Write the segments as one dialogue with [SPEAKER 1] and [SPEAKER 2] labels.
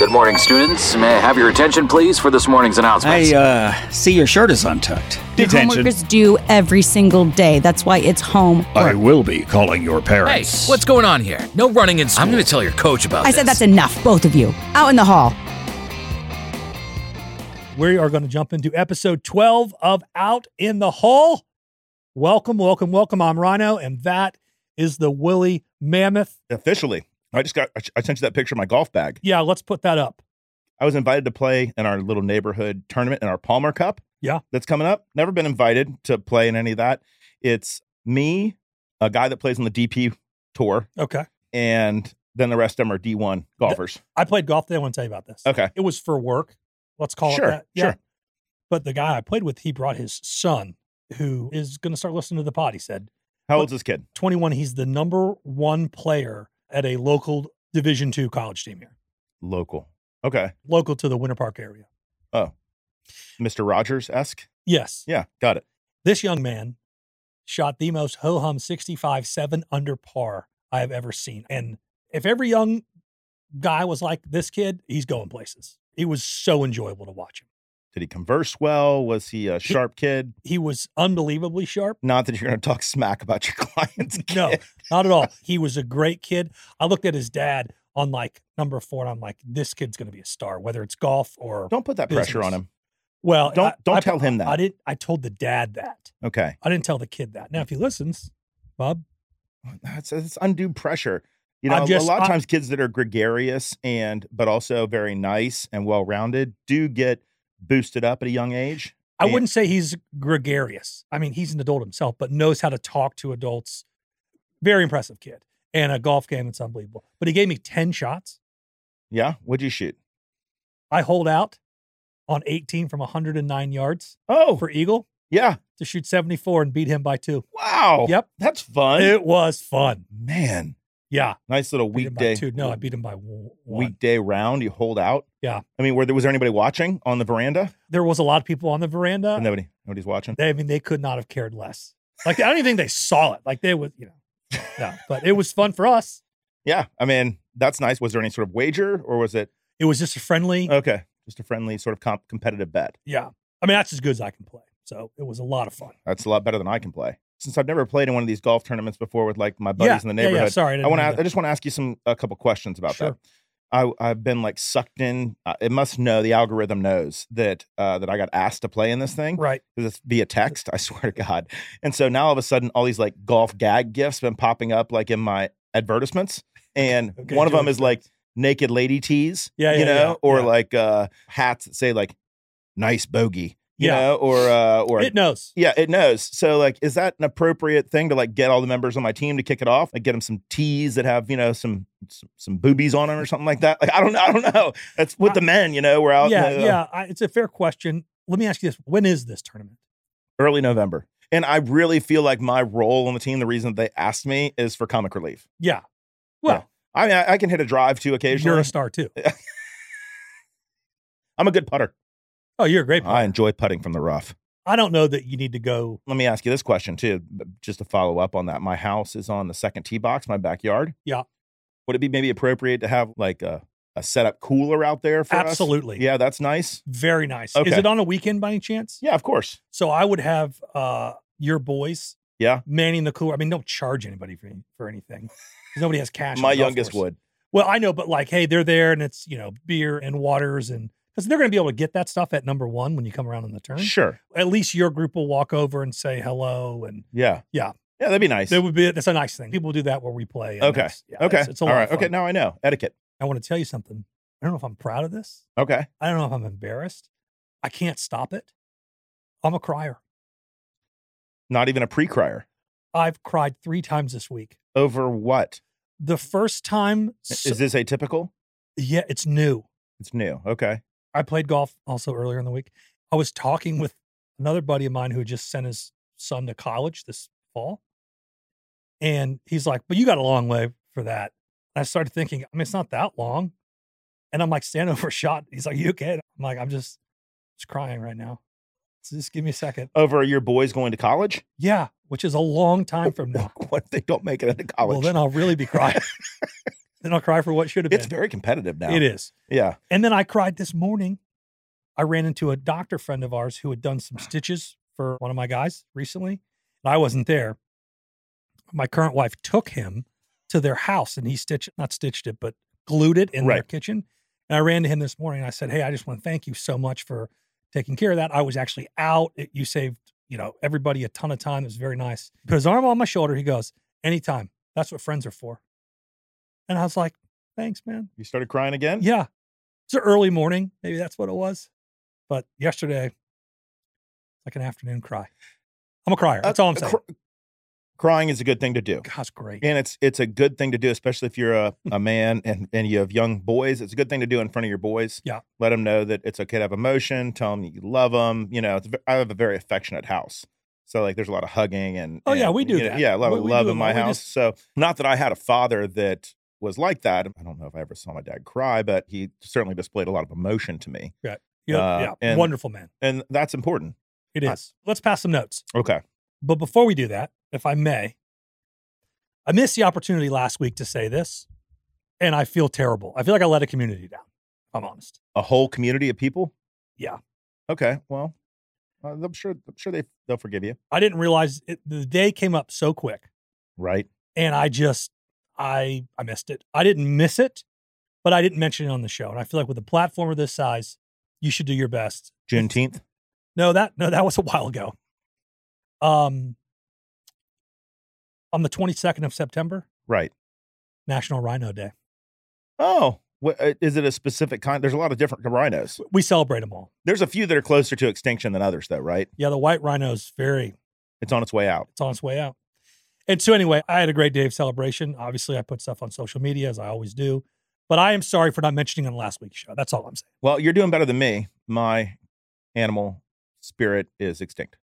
[SPEAKER 1] Good morning, students. May I have your attention, please, for this morning's announcements?
[SPEAKER 2] I uh, see your shirt is untucked.
[SPEAKER 3] Detention.
[SPEAKER 4] Homework is due every single day. That's why it's home.
[SPEAKER 2] I will be calling your
[SPEAKER 5] Hey,
[SPEAKER 2] parents.
[SPEAKER 5] what's going on here? No running in school.
[SPEAKER 6] I'm going to tell your coach about
[SPEAKER 4] I
[SPEAKER 6] this.
[SPEAKER 4] said that's enough, both of you. Out in the hall.
[SPEAKER 3] We are going to jump into episode 12 of Out in the Hall. Welcome, welcome, welcome. I'm Rhino, and that is the Willie Mammoth.
[SPEAKER 7] officially. I just got, I I sent you that picture of my golf bag.
[SPEAKER 3] Yeah, let's put that up.
[SPEAKER 7] I was invited to play in our little neighborhood tournament in our Palmer Cup.
[SPEAKER 3] Yeah.
[SPEAKER 7] That's coming up. Never been invited to play in any of that. It's me, a guy that plays on the DP tour,
[SPEAKER 3] Okay.
[SPEAKER 7] and then the rest of them are D1 golfers.
[SPEAKER 3] I played golf today. I want to tell you about this.
[SPEAKER 7] Okay.
[SPEAKER 3] It was for work. Let's call
[SPEAKER 7] Sure,
[SPEAKER 3] it that.
[SPEAKER 7] sure.
[SPEAKER 3] But the guy I played with, he brought his son, who is going to start listening to the pod. He said,
[SPEAKER 7] How old's this kid?
[SPEAKER 3] 21, he's the number one player at a local Division two college team here,
[SPEAKER 7] Local. Okay.
[SPEAKER 3] local to the Winter Park area.
[SPEAKER 7] Mr. Rogers esque.
[SPEAKER 3] Yes.
[SPEAKER 7] Yeah. Got it.
[SPEAKER 3] This young man shot the most ho hum 65 7 under par I have ever seen. And if every young guy was like this kid, he's going places. It was so enjoyable to watch him.
[SPEAKER 7] Did he converse well? Was he a sharp kid?
[SPEAKER 3] He was unbelievably sharp.
[SPEAKER 7] Not that you're going to talk smack about your clients.
[SPEAKER 3] No,
[SPEAKER 7] kid.
[SPEAKER 3] not at all. He was a great kid. I looked at his dad on like number four and I'm like, this kid's going to be a star, whether it's golf or,
[SPEAKER 7] Don't put that pressure on
[SPEAKER 3] Business.
[SPEAKER 7] him.
[SPEAKER 3] well,
[SPEAKER 7] Don't
[SPEAKER 3] I-
[SPEAKER 7] don't
[SPEAKER 3] I-
[SPEAKER 7] tell him that.
[SPEAKER 3] I didn't, I told the dad that.
[SPEAKER 7] okay.
[SPEAKER 3] I didn't tell the kid that. Now, if he listens, Bob,
[SPEAKER 7] That's it's undue pressure. You
[SPEAKER 3] I'm
[SPEAKER 7] know,
[SPEAKER 3] just-
[SPEAKER 7] a lot of
[SPEAKER 3] I-
[SPEAKER 7] times kids that are gregarious and but also very nice and well rounded do get boosted up at a young age.
[SPEAKER 3] I
[SPEAKER 7] And-
[SPEAKER 3] wouldn't say he's gregarious. I mean, he's an adult himself, but knows how to talk to adults. Very impressive kid. And a golf game, it's unbelievable. But he gave me 10 shots.
[SPEAKER 7] Yeah. What'd you shoot?
[SPEAKER 3] I hold out on 18 from 109 yards
[SPEAKER 7] Oh,
[SPEAKER 3] for Eagle
[SPEAKER 7] yeah.
[SPEAKER 3] to shoot 74 and beat him by two.
[SPEAKER 7] Wow.
[SPEAKER 3] Yep.
[SPEAKER 7] That's Oh, fun.
[SPEAKER 3] It was fun.
[SPEAKER 7] Man.
[SPEAKER 3] Yeah.
[SPEAKER 7] Nice little
[SPEAKER 3] beat him by
[SPEAKER 7] weekday.
[SPEAKER 3] two. No, I beat him by w- one.
[SPEAKER 7] weekday round. You hold out.
[SPEAKER 3] Yeah.
[SPEAKER 7] I mean, were there was there anybody watching on the veranda?
[SPEAKER 3] There was a lot of people on the veranda.
[SPEAKER 7] Nobody. Nobody's watching.
[SPEAKER 3] Uh, They, I mean, they could not have cared less. Like, I don't even think they saw it. Like, they would, you know, no, but it was fun for us.
[SPEAKER 7] Yeah. I mean, that's nice. Was there any sort of wager or was it
[SPEAKER 3] It was just a friendly.
[SPEAKER 7] okay? Just a friendly sort of comp- competitive bet.
[SPEAKER 3] Yeah. I mean, that's as good as I can play. So it was a lot of fun.
[SPEAKER 7] That's a lot better than I can play. Since I've never played in one of these golf tournaments before with like my buddies
[SPEAKER 3] yeah,
[SPEAKER 7] in the
[SPEAKER 3] Yeah,
[SPEAKER 7] neighborhood,
[SPEAKER 3] yeah. Sorry. I,
[SPEAKER 7] I want
[SPEAKER 3] to.
[SPEAKER 7] to. I just want to ask you some a couple questions about
[SPEAKER 3] Sure.
[SPEAKER 7] that. I, I've been like sucked in. Uh, it must know the algorithm knows that uh, that I got asked to play in this thing
[SPEAKER 3] Right.
[SPEAKER 7] because it's via text. I swear to God. And so now all of a sudden, all these like golf gag gifts been popping up like in my advertisements, and
[SPEAKER 3] Okay,
[SPEAKER 7] one of
[SPEAKER 3] George
[SPEAKER 7] them is like naked lady tees,
[SPEAKER 3] Yeah, yeah,
[SPEAKER 7] you know,
[SPEAKER 3] yeah,
[SPEAKER 7] or
[SPEAKER 3] yeah.
[SPEAKER 7] like uh, hats that say like nice bogey, you
[SPEAKER 3] Yeah.
[SPEAKER 7] know, or uh, or
[SPEAKER 3] It knows.
[SPEAKER 7] yeah, it knows. So, like, is that an appropriate thing to like get all the members on my team to kick it off? Like, get them some tees that have you know some some, some boobies on them or something like that. Like, I don't know. I don't know. That's with the men. You know, we're out. in
[SPEAKER 3] Uh yeah.
[SPEAKER 7] the- uh,
[SPEAKER 3] yeah. I, it's a fair question. Let me ask you this. When is this tournament?
[SPEAKER 7] Early November, and I really feel like my role on the team. The reason they asked me is for comic relief.
[SPEAKER 3] Yeah. Well,
[SPEAKER 7] I mean, I, I can hit a drive too
[SPEAKER 3] you're
[SPEAKER 7] occasionally.
[SPEAKER 3] a star too.
[SPEAKER 7] I'm a good putter.
[SPEAKER 3] Oh, you're a great player.
[SPEAKER 7] I enjoy putting from the rough.
[SPEAKER 3] I don't know that you need to go.
[SPEAKER 7] Let me ask you this question too, b- just to follow up on that. My house is on the second tee box, my backyard.
[SPEAKER 3] Yeah.
[SPEAKER 7] Would it be maybe appropriate to have like a, a setup cooler out there for us?
[SPEAKER 3] Absolutely.
[SPEAKER 7] Yeah, that's nice.
[SPEAKER 3] Very nice. Is
[SPEAKER 7] Okay.
[SPEAKER 3] it on a weekend by any chance?
[SPEAKER 7] Yeah, of course.
[SPEAKER 3] So I would have uh your boys.
[SPEAKER 7] Yeah.
[SPEAKER 3] Manning the cooler. I mean, don't charge anybody for, any- for anything because nobody has cash. on
[SPEAKER 7] my
[SPEAKER 3] the golf
[SPEAKER 7] youngest
[SPEAKER 3] course.
[SPEAKER 7] would.
[SPEAKER 3] Well, I know, but like, hey, they're there and it's, you know, beer and waters and because they're going to be able to get that stuff at number one when you come around on the turn.
[SPEAKER 7] Sure.
[SPEAKER 3] At least your group will walk over and say hello. And
[SPEAKER 7] Yeah.
[SPEAKER 3] Yeah.
[SPEAKER 7] Yeah, that'd be nice.
[SPEAKER 3] that would be, that's a nice thing. People do that where we play. and
[SPEAKER 7] Okay.
[SPEAKER 3] that's- yeah,
[SPEAKER 7] okay.
[SPEAKER 3] It's, it's a
[SPEAKER 7] All
[SPEAKER 3] lot
[SPEAKER 7] right.
[SPEAKER 3] of fun.
[SPEAKER 7] Okay. Now I know etiquette.
[SPEAKER 3] I want to tell you something. I don't know if I'm proud of this.
[SPEAKER 7] Okay.
[SPEAKER 3] I don't know if I'm embarrassed. I can't stop it. I'm a crier.
[SPEAKER 7] Not even a pre crier.
[SPEAKER 3] I've cried three times this week.
[SPEAKER 7] Over what?
[SPEAKER 3] The first time,
[SPEAKER 7] I-
[SPEAKER 3] so-
[SPEAKER 7] Is this atypical?
[SPEAKER 3] yeah, it's new.
[SPEAKER 7] It's new. Okay.
[SPEAKER 3] I played golf also earlier in the week. I was talking with another buddy of mine who had just sent his son to college this fall. And he's like, But you got a long way for that. And I started thinking, I mean, it's not that long. And I'm like, standing over a shot. He's like, You okay? I'm like, I'm just, just crying right now. So just give me a second.
[SPEAKER 7] Over your boys going to college?
[SPEAKER 3] Yeah, which is a long time from now.
[SPEAKER 7] what if they don't make it into college?
[SPEAKER 3] Well, then I'll really be crying. Then I'll cry for what should have been.
[SPEAKER 7] It's very competitive now.
[SPEAKER 3] It is.
[SPEAKER 7] Yeah.
[SPEAKER 3] And then I cried this morning. I ran into a doctor friend of ours who had done
[SPEAKER 7] Ah.
[SPEAKER 3] some stitches for one of my guys recently. And I wasn't there. My current wife took him to their house and he stitched, not stitched it, but glued it in their
[SPEAKER 7] Right.
[SPEAKER 3] kitchen. And I ran to him this morning and I said, Hey, I just want to thank you so much for taking care of that. I was actually out. It, you saved, you know, everybody a ton of time. It was very nice. Put his arm on my shoulder. He goes, Anytime. That's what friends are for. And I was like, Thanks, man.
[SPEAKER 7] You started crying again?
[SPEAKER 3] Yeah. It's an early morning. Maybe that's what it was. But yesterday, like an afternoon cry. I'm a crier. That's
[SPEAKER 7] Uh,
[SPEAKER 3] all I'm saying.
[SPEAKER 7] cr- crying is a good thing to do.
[SPEAKER 3] God's great.
[SPEAKER 7] And it's it's a good thing to do, especially if you're a,
[SPEAKER 3] Hmm.
[SPEAKER 7] a man and, and you have young boys. It's a good thing to do in front of your boys.
[SPEAKER 3] Yeah.
[SPEAKER 7] Let them know that it's okay to have emotion. Tell them you love them. You know, it's, ve- I have a very affectionate house. So like there's a lot of hugging and
[SPEAKER 3] Oh, yeah,
[SPEAKER 7] and,
[SPEAKER 3] we do
[SPEAKER 7] you know,
[SPEAKER 3] that.
[SPEAKER 7] yeah, a lot
[SPEAKER 3] We-
[SPEAKER 7] of
[SPEAKER 3] we
[SPEAKER 7] love
[SPEAKER 3] do
[SPEAKER 7] in
[SPEAKER 3] it.
[SPEAKER 7] my
[SPEAKER 3] We
[SPEAKER 7] house.
[SPEAKER 3] just-
[SPEAKER 7] So not that I had a father that was like that. I don't know if I ever saw my dad cry, but he certainly displayed a lot of emotion to me.
[SPEAKER 3] Yeah.
[SPEAKER 7] uh,
[SPEAKER 3] yeah.
[SPEAKER 7] and-
[SPEAKER 3] Wonderful man.
[SPEAKER 7] And that's important.
[SPEAKER 3] It
[SPEAKER 7] I-
[SPEAKER 3] is. Let's pass some notes.
[SPEAKER 7] Okay.
[SPEAKER 3] But before we do that, if I may, I missed the opportunity last week to say this, and I feel terrible. I feel like I let a community down. if I'm honest.
[SPEAKER 7] A whole community of people?
[SPEAKER 3] Yeah.
[SPEAKER 7] Okay. Well, uh, I'm sure I'm sure they they'll forgive you.
[SPEAKER 3] I didn't realize it, the day came up so quick.
[SPEAKER 7] Right.
[SPEAKER 3] and I just I I missed it. I didn't miss it, but I didn't mention it on the show. And I feel like with a platformer this size, you should do your best.
[SPEAKER 7] Juneteenth.
[SPEAKER 3] No, that no, that was a while ago. Um on the 22nd of September,
[SPEAKER 7] Right.
[SPEAKER 3] National Rhino Day.
[SPEAKER 7] Oh, wha- uh, is it a specific kind? There's a lot of different rhinos.
[SPEAKER 3] We celebrate them all.
[SPEAKER 7] There's a few that are closer to extinction than others, though, right?
[SPEAKER 3] Yeah, the white rhino's very
[SPEAKER 7] It's on its way out.
[SPEAKER 3] it's on its way out. And so anyway, I had a great day of celebration. Obviously, I put stuff on social media as I always do, but I am sorry for not mentioning it on last week's show. That's all I'm saying.
[SPEAKER 7] Well, you're doing better than me. My animal spirit is extinct.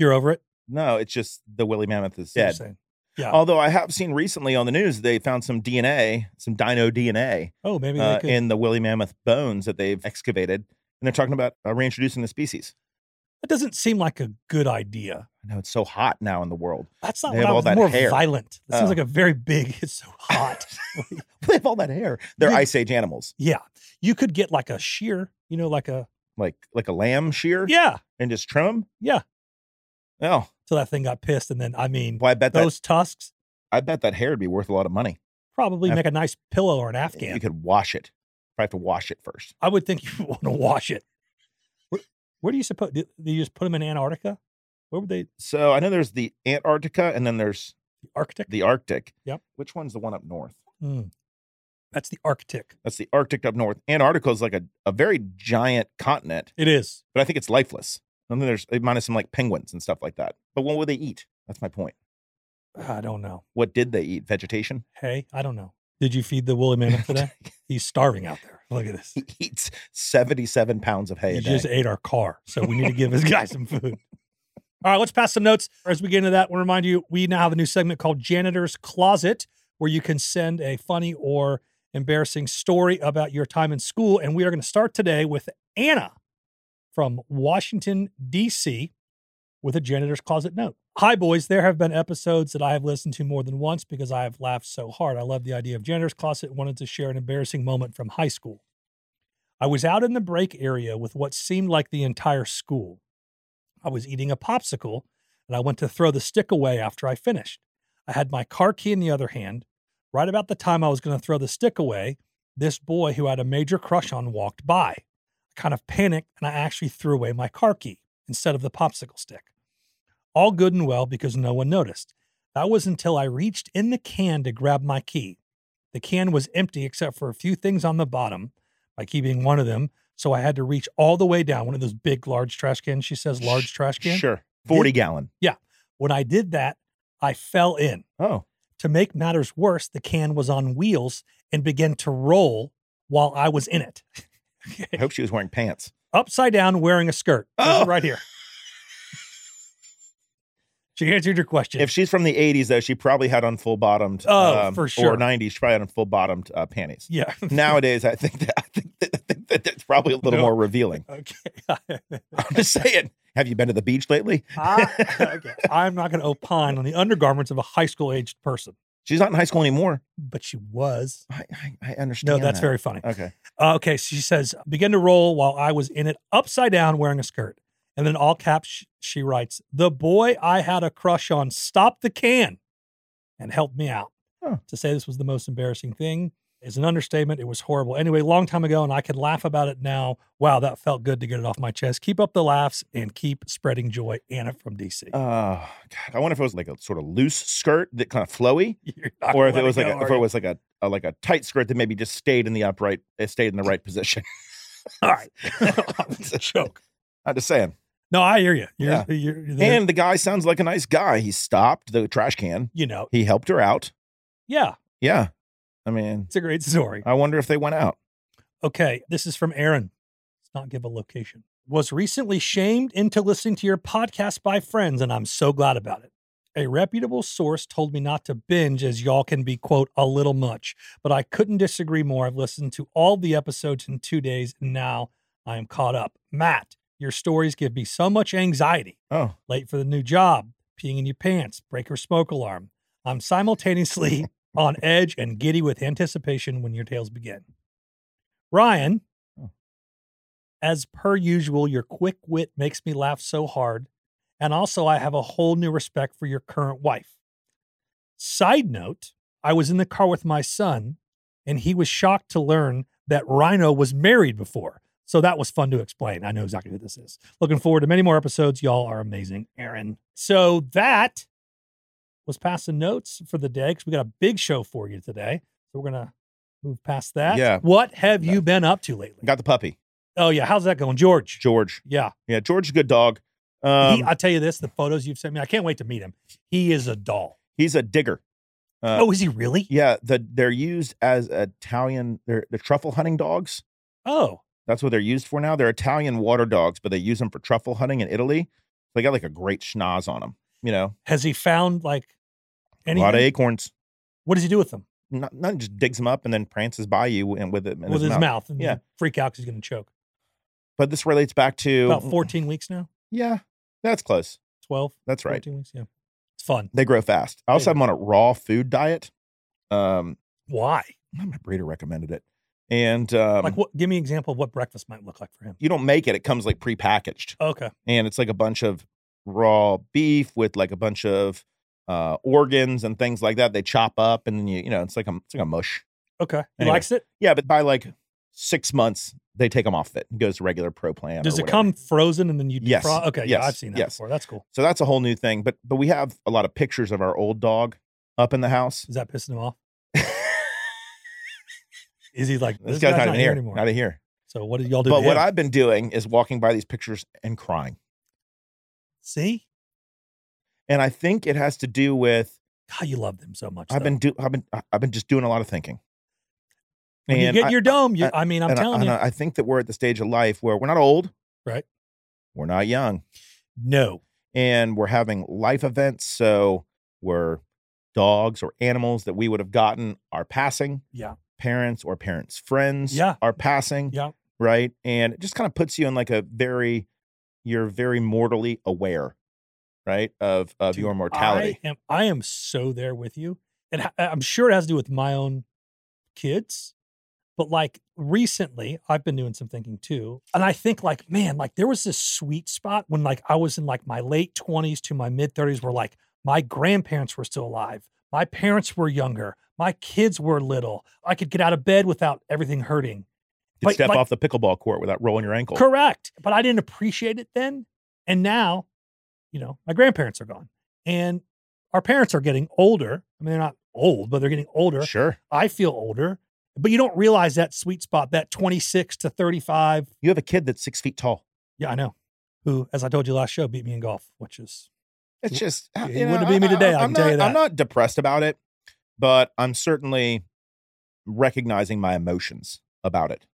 [SPEAKER 3] You're over it.
[SPEAKER 7] No, it's just the woolly mammoth is
[SPEAKER 3] You're
[SPEAKER 7] dead.
[SPEAKER 3] saying. "Ah." Yeah.
[SPEAKER 7] Although I have seen recently on the news they found some DNA, some dino DNA,
[SPEAKER 3] oh, maybe they
[SPEAKER 7] uh,
[SPEAKER 3] could.
[SPEAKER 7] in the woolly mammoth bones that they've excavated, and they're talking about uh, reintroducing the species.
[SPEAKER 3] That doesn't seem like a good idea.
[SPEAKER 7] I know it's so hot now in the world.
[SPEAKER 3] That's not
[SPEAKER 7] They
[SPEAKER 3] what I
[SPEAKER 7] have all
[SPEAKER 3] was
[SPEAKER 7] that
[SPEAKER 3] more
[SPEAKER 7] hair.
[SPEAKER 3] violent. That
[SPEAKER 7] Oh.
[SPEAKER 3] seems like a very big. It's so hot.
[SPEAKER 7] they have all that hair. They're
[SPEAKER 3] Yeah.
[SPEAKER 7] ice age animals,
[SPEAKER 3] yeah, you could get like a shear. You know, like a
[SPEAKER 7] like like a lamb shear,
[SPEAKER 3] yeah.
[SPEAKER 7] and just trim them.
[SPEAKER 3] Yeah.
[SPEAKER 7] Oh,
[SPEAKER 3] So that thing got pissed, and then I mean,
[SPEAKER 7] well, I bet that
[SPEAKER 3] those tusks
[SPEAKER 7] I bet that hair would be worth a lot of money.
[SPEAKER 3] probably
[SPEAKER 7] Af-
[SPEAKER 3] make a nice pillow or an
[SPEAKER 7] You
[SPEAKER 3] afghan.
[SPEAKER 7] could wash it. Probably have to wash it first.
[SPEAKER 3] I would think you want to wash it. Where, where do you suppose? Do, do you just put them in Antarctica? Where would they?
[SPEAKER 7] So I know there's the Antarctica and then there's
[SPEAKER 3] Arctic.
[SPEAKER 7] the Arctic.
[SPEAKER 3] Yep.
[SPEAKER 7] Which one's the one up north?
[SPEAKER 3] Hmm. That's the Arctic.
[SPEAKER 7] That's the Arctic up north. Antarctica is like a, a very giant continent,
[SPEAKER 3] It is.
[SPEAKER 7] but I think it's lifeless. And then there's eh, minus some like penguins and stuff like that. But what would they eat? That's my point.
[SPEAKER 3] Ah, I don't know.
[SPEAKER 7] What did they eat? Vegetation?
[SPEAKER 3] Hey, I don't know. Did you feed the woolly mammoth today? He's starving out there. Look at this.
[SPEAKER 7] He eats 77 pounds of hay
[SPEAKER 3] He
[SPEAKER 7] a
[SPEAKER 3] just
[SPEAKER 7] day.
[SPEAKER 3] ate our car. So we need to give this guy some food. All right, let's pass some notes. As we get into that, I want to remind you we now have a new segment called Janitor's Closet, where you can send a funny or embarrassing story about your time in school. And we are going to start today with Anna from Washington, D.C., with a Janitor's Closet note. Hi, boys. There have been episodes that I have listened to more than once because I have laughed so hard. I love the idea of Janitor's Closet. Wanted to share an embarrassing moment from high school. I was out in the break area with what seemed like the entire school. I was eating a popsicle and I went to throw the stick away after I finished. I had my car key in the other hand. Right about the time I was going to throw the stick away, this boy who I had a major crush on walked by. I kind of panicked and I actually threw away my car key instead of the popsicle stick. All good and well because no one noticed. That was until I reached in the can to grab my key. The can was empty except for a few things on the bottom by keeping one of them. So I had to reach all the way down one of those big, large trash cans. She says large trash can.
[SPEAKER 7] Sure. 40 gallon.
[SPEAKER 3] When I did that, I fell in.
[SPEAKER 7] Oh.
[SPEAKER 3] To make matters worse, the can was on wheels and began to roll while I was in it.
[SPEAKER 7] I hope she was wearing pants.
[SPEAKER 3] Upside down, wearing a skirt. There's it
[SPEAKER 7] Oh.
[SPEAKER 3] Right here. She answered your question.
[SPEAKER 7] If she's from the 80s, though, she probably had on full bottomed.
[SPEAKER 3] Oh, for sure.
[SPEAKER 7] Or 90s, she probably had on full bottomed uh, panties.
[SPEAKER 3] yeah.
[SPEAKER 7] Nowadays, I think that I think that, I think that that's probably a little
[SPEAKER 3] No.
[SPEAKER 7] more revealing.
[SPEAKER 3] Okay.
[SPEAKER 7] I'm just saying. Have you been to the beach lately?
[SPEAKER 3] I, okay. I'm not going to opine on the undergarments of a high school aged person.
[SPEAKER 7] She's not in high school anymore.
[SPEAKER 3] but she was.
[SPEAKER 7] I, I, I
[SPEAKER 3] No,
[SPEAKER 7] understand.
[SPEAKER 3] that's
[SPEAKER 7] that.
[SPEAKER 3] very funny.
[SPEAKER 7] okay.
[SPEAKER 3] Uh, okay, she says, begin to roll while I was in it, upside down, wearing a skirt. And then all caps, sh- she writes, the boy I had a crush on stopped the can and helped me out.
[SPEAKER 7] Huh.
[SPEAKER 3] To say this was the most embarrassing thing is an understatement. It was horrible. Anyway, long time ago, and I can laugh about it now. Wow, that felt good to get it off my chest. Keep up the laughs and keep spreading joy. Anna from DC.
[SPEAKER 7] Oh God, I wonder if it was like a sort of loose skirt that kind of flowy,
[SPEAKER 3] You're not
[SPEAKER 7] or if it
[SPEAKER 3] gonna
[SPEAKER 7] was
[SPEAKER 3] let
[SPEAKER 7] like a,
[SPEAKER 3] go,
[SPEAKER 7] if
[SPEAKER 3] are
[SPEAKER 7] it
[SPEAKER 3] you?
[SPEAKER 7] was like a, a like a tight skirt that maybe just stayed in the upright, it stayed in the right position.
[SPEAKER 3] all right. it's a joke.
[SPEAKER 7] I'm just saying.
[SPEAKER 3] No, I hear you. You're,
[SPEAKER 7] Yeah.
[SPEAKER 3] you're, you're
[SPEAKER 7] And the guy sounds like a nice guy. He stopped the trash can.
[SPEAKER 3] you know,
[SPEAKER 7] He helped her out.
[SPEAKER 3] yeah,
[SPEAKER 7] Yeah, I mean,
[SPEAKER 3] it's a great story.
[SPEAKER 7] I wonder if they went out.
[SPEAKER 3] Okay, this is from Aaron. Let's not give a location. Was recently shamed into listening to your podcast by friends, and I'm so glad about it. A reputable source told me not to binge as y'all can be, quote, a little much, but I couldn't disagree more. I've listened to all the episodes in two days, and now I am caught up. Matt, your stories give me so much anxiety
[SPEAKER 7] Oh,
[SPEAKER 3] late for the new job, peeing in your pants, break your smoke alarm. I'm simultaneously on edge and giddy with anticipation when your tales begin. Ryan,
[SPEAKER 7] Oh.
[SPEAKER 3] as per usual, your quick wit makes me laugh so hard. And also, I have a whole new respect for your current wife. Side note I was in the car with my son, and he was shocked to learn that Rhino was married before. So that was fun to explain. I know exactly who this is. Looking forward to many more episodes. Y'all are amazing, Aaron. So that was past the notes for the day because we got a big show for you today. So we're gonna move past that.
[SPEAKER 7] Yeah.
[SPEAKER 3] What have you been up to lately?
[SPEAKER 7] got the puppy,
[SPEAKER 3] Oh yeah, how's that going, George?
[SPEAKER 7] George.
[SPEAKER 3] Yeah,
[SPEAKER 7] Yeah, George's a good dog. Um,
[SPEAKER 3] he, I tell you this: the photos you've sent me, I can't wait to meet him. He is a doll.
[SPEAKER 7] he's a digger. Uh,
[SPEAKER 3] oh, is he really?
[SPEAKER 7] Yeah, the, they're used as Italian. They're the truffle hunting dogs.
[SPEAKER 3] Oh,
[SPEAKER 7] That's what they're used for now. They're Italian water dogs, but they use them for truffle hunting in Italy. They got like a great schnoz on them. You know,
[SPEAKER 3] has he found like
[SPEAKER 7] a lot of
[SPEAKER 3] anything?
[SPEAKER 7] acorns.
[SPEAKER 3] What does he do with them?
[SPEAKER 7] Not, not just digs them up and then prances by you and with it in
[SPEAKER 3] with his, mouth. and
[SPEAKER 7] Yeah.
[SPEAKER 3] freak out because he's going to choke.
[SPEAKER 7] But this relates back to
[SPEAKER 3] About 14 weeks now,
[SPEAKER 7] Yeah, that's close.
[SPEAKER 3] 12,
[SPEAKER 7] That's right.
[SPEAKER 3] 14 weeks. Yeah. It's fun.
[SPEAKER 7] They grow fast. I also have them on a raw food diet. Um,
[SPEAKER 3] Why?
[SPEAKER 7] my breeder recommended it, and um,
[SPEAKER 3] like, what? give me an example of what breakfast might look like for him.
[SPEAKER 7] you don't make it. It comes like prepackaged.
[SPEAKER 3] Okay.
[SPEAKER 7] and it's like a bunch of raw beef with like a bunch of uh, organs and things like that. They chop up and then you you know it's like a it's like a mush.
[SPEAKER 3] Okay. He
[SPEAKER 7] Anyway,
[SPEAKER 3] likes it.
[SPEAKER 7] Yeah, but by like six months they take them off of it. It goes to regular pro plan. or
[SPEAKER 3] Does it
[SPEAKER 7] whatever.
[SPEAKER 3] come frozen and then you
[SPEAKER 7] Yes,
[SPEAKER 3] defro- Okay. Yeah.
[SPEAKER 7] yes,
[SPEAKER 3] I've seen that
[SPEAKER 7] yes.
[SPEAKER 3] before. That's cool.
[SPEAKER 7] So that's a whole new thing. But but we have a lot of pictures of our old dog up in the house.
[SPEAKER 3] Is that pissing him off? Is he like,
[SPEAKER 7] This,
[SPEAKER 3] this,
[SPEAKER 7] guy's, not,
[SPEAKER 3] even
[SPEAKER 7] in here.
[SPEAKER 3] anymore?
[SPEAKER 7] Not in here.
[SPEAKER 3] so, what did y'all do?
[SPEAKER 7] But
[SPEAKER 3] to
[SPEAKER 7] what
[SPEAKER 3] him?
[SPEAKER 7] I've been doing is walking by these pictures and crying.
[SPEAKER 3] see,
[SPEAKER 7] And I think it has to do with
[SPEAKER 3] God, you loved him so much.
[SPEAKER 7] I've
[SPEAKER 3] though.
[SPEAKER 7] been do I've been I've been just doing a lot of thinking.
[SPEAKER 3] When you
[SPEAKER 7] And
[SPEAKER 3] get
[SPEAKER 7] I-
[SPEAKER 3] your dome, you,
[SPEAKER 7] I-
[SPEAKER 3] I mean, I'm
[SPEAKER 7] and I-
[SPEAKER 3] telling
[SPEAKER 7] and
[SPEAKER 3] you,
[SPEAKER 7] I, I think that we're at the stage of life where we're not old,
[SPEAKER 3] Right.
[SPEAKER 7] We're not young,
[SPEAKER 3] no.
[SPEAKER 7] and we're having life events. So we're dogs or animals that we would have gotten are passing.
[SPEAKER 3] Yeah.
[SPEAKER 7] Parents or parents' friends
[SPEAKER 3] Yeah.
[SPEAKER 7] are passing.
[SPEAKER 3] Yeah.
[SPEAKER 7] Right. And it just kind of puts you in like a very, you're very mortally aware, right? Of of
[SPEAKER 3] Dude,
[SPEAKER 7] your mortality.
[SPEAKER 3] I am, I am so there with you. And ha- I'm sure it has to do with my own kids. But like recently, I've been doing some thinking too. And I think like, man, like there was this sweet spot when like I was in like my late 20s to my mid 30s where like my grandparents were still alive. My parents were younger. My kids were little. I could get out of bed without everything hurting.
[SPEAKER 7] you could
[SPEAKER 3] but-
[SPEAKER 7] step
[SPEAKER 3] but-
[SPEAKER 7] off the pickleball court without rolling your ankle.
[SPEAKER 3] Correct. But I didn't appreciate it then. And now, you know, my grandparents are gone and our parents are getting older. I mean, they're not old, but they're getting older.
[SPEAKER 7] Sure.
[SPEAKER 3] I feel older, but you don't realize that sweet spot, that 26 to 35.
[SPEAKER 7] You have a kid that's six feet tall.
[SPEAKER 3] Yeah, I know. Who, as I told you last show, beat me in golf, which is
[SPEAKER 7] It's just
[SPEAKER 3] yeah,
[SPEAKER 7] uh, you
[SPEAKER 3] you wouldn't beat me today, I
[SPEAKER 7] I'm
[SPEAKER 3] can tell you
[SPEAKER 7] not- I'm
[SPEAKER 3] that.
[SPEAKER 7] not depressed about it, but I'm certainly recognizing my emotions about it.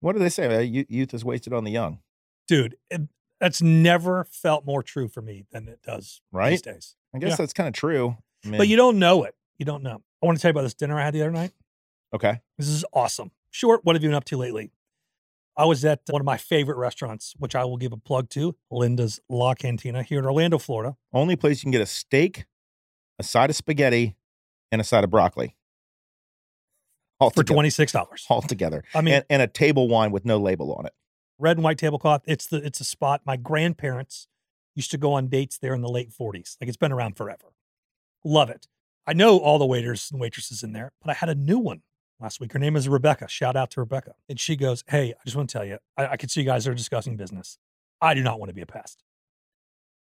[SPEAKER 7] What do they say? Uh, you- Youth is wasted on the young,
[SPEAKER 3] dude, it, that's never felt more true for me than it does these
[SPEAKER 7] right?
[SPEAKER 3] days.
[SPEAKER 7] I guess
[SPEAKER 3] yeah.
[SPEAKER 7] that's kind of true. I
[SPEAKER 3] But
[SPEAKER 7] mean,
[SPEAKER 3] you don't know it. You don't know. I want to tell you about this dinner I had the other night.
[SPEAKER 7] okay,
[SPEAKER 3] This is awesome. Short, what have you been up to lately? I was at one of my favorite restaurants, which I will give a plug to, Linda's La Cantina here in Orlando, Florida.
[SPEAKER 7] only place you can get a steak, a side of spaghetti, and a side of broccoli. All
[SPEAKER 3] for
[SPEAKER 7] together-
[SPEAKER 3] twenty six dollars.
[SPEAKER 7] all together.
[SPEAKER 3] I mean,
[SPEAKER 7] and, and a table wine with no label on it.
[SPEAKER 3] red and white tablecloth. It's the it's a spot my grandparents used to go on dates there in the late forties. Like it's been around forever. Love it. I know all the waiters and waitresses in there, but I had a new one last week. Her name is Rebecca. Shout out to Rebecca. And she goes, "Hey, I just want to tell you, I, I could see you guys are discussing business. I do not want to be a pest.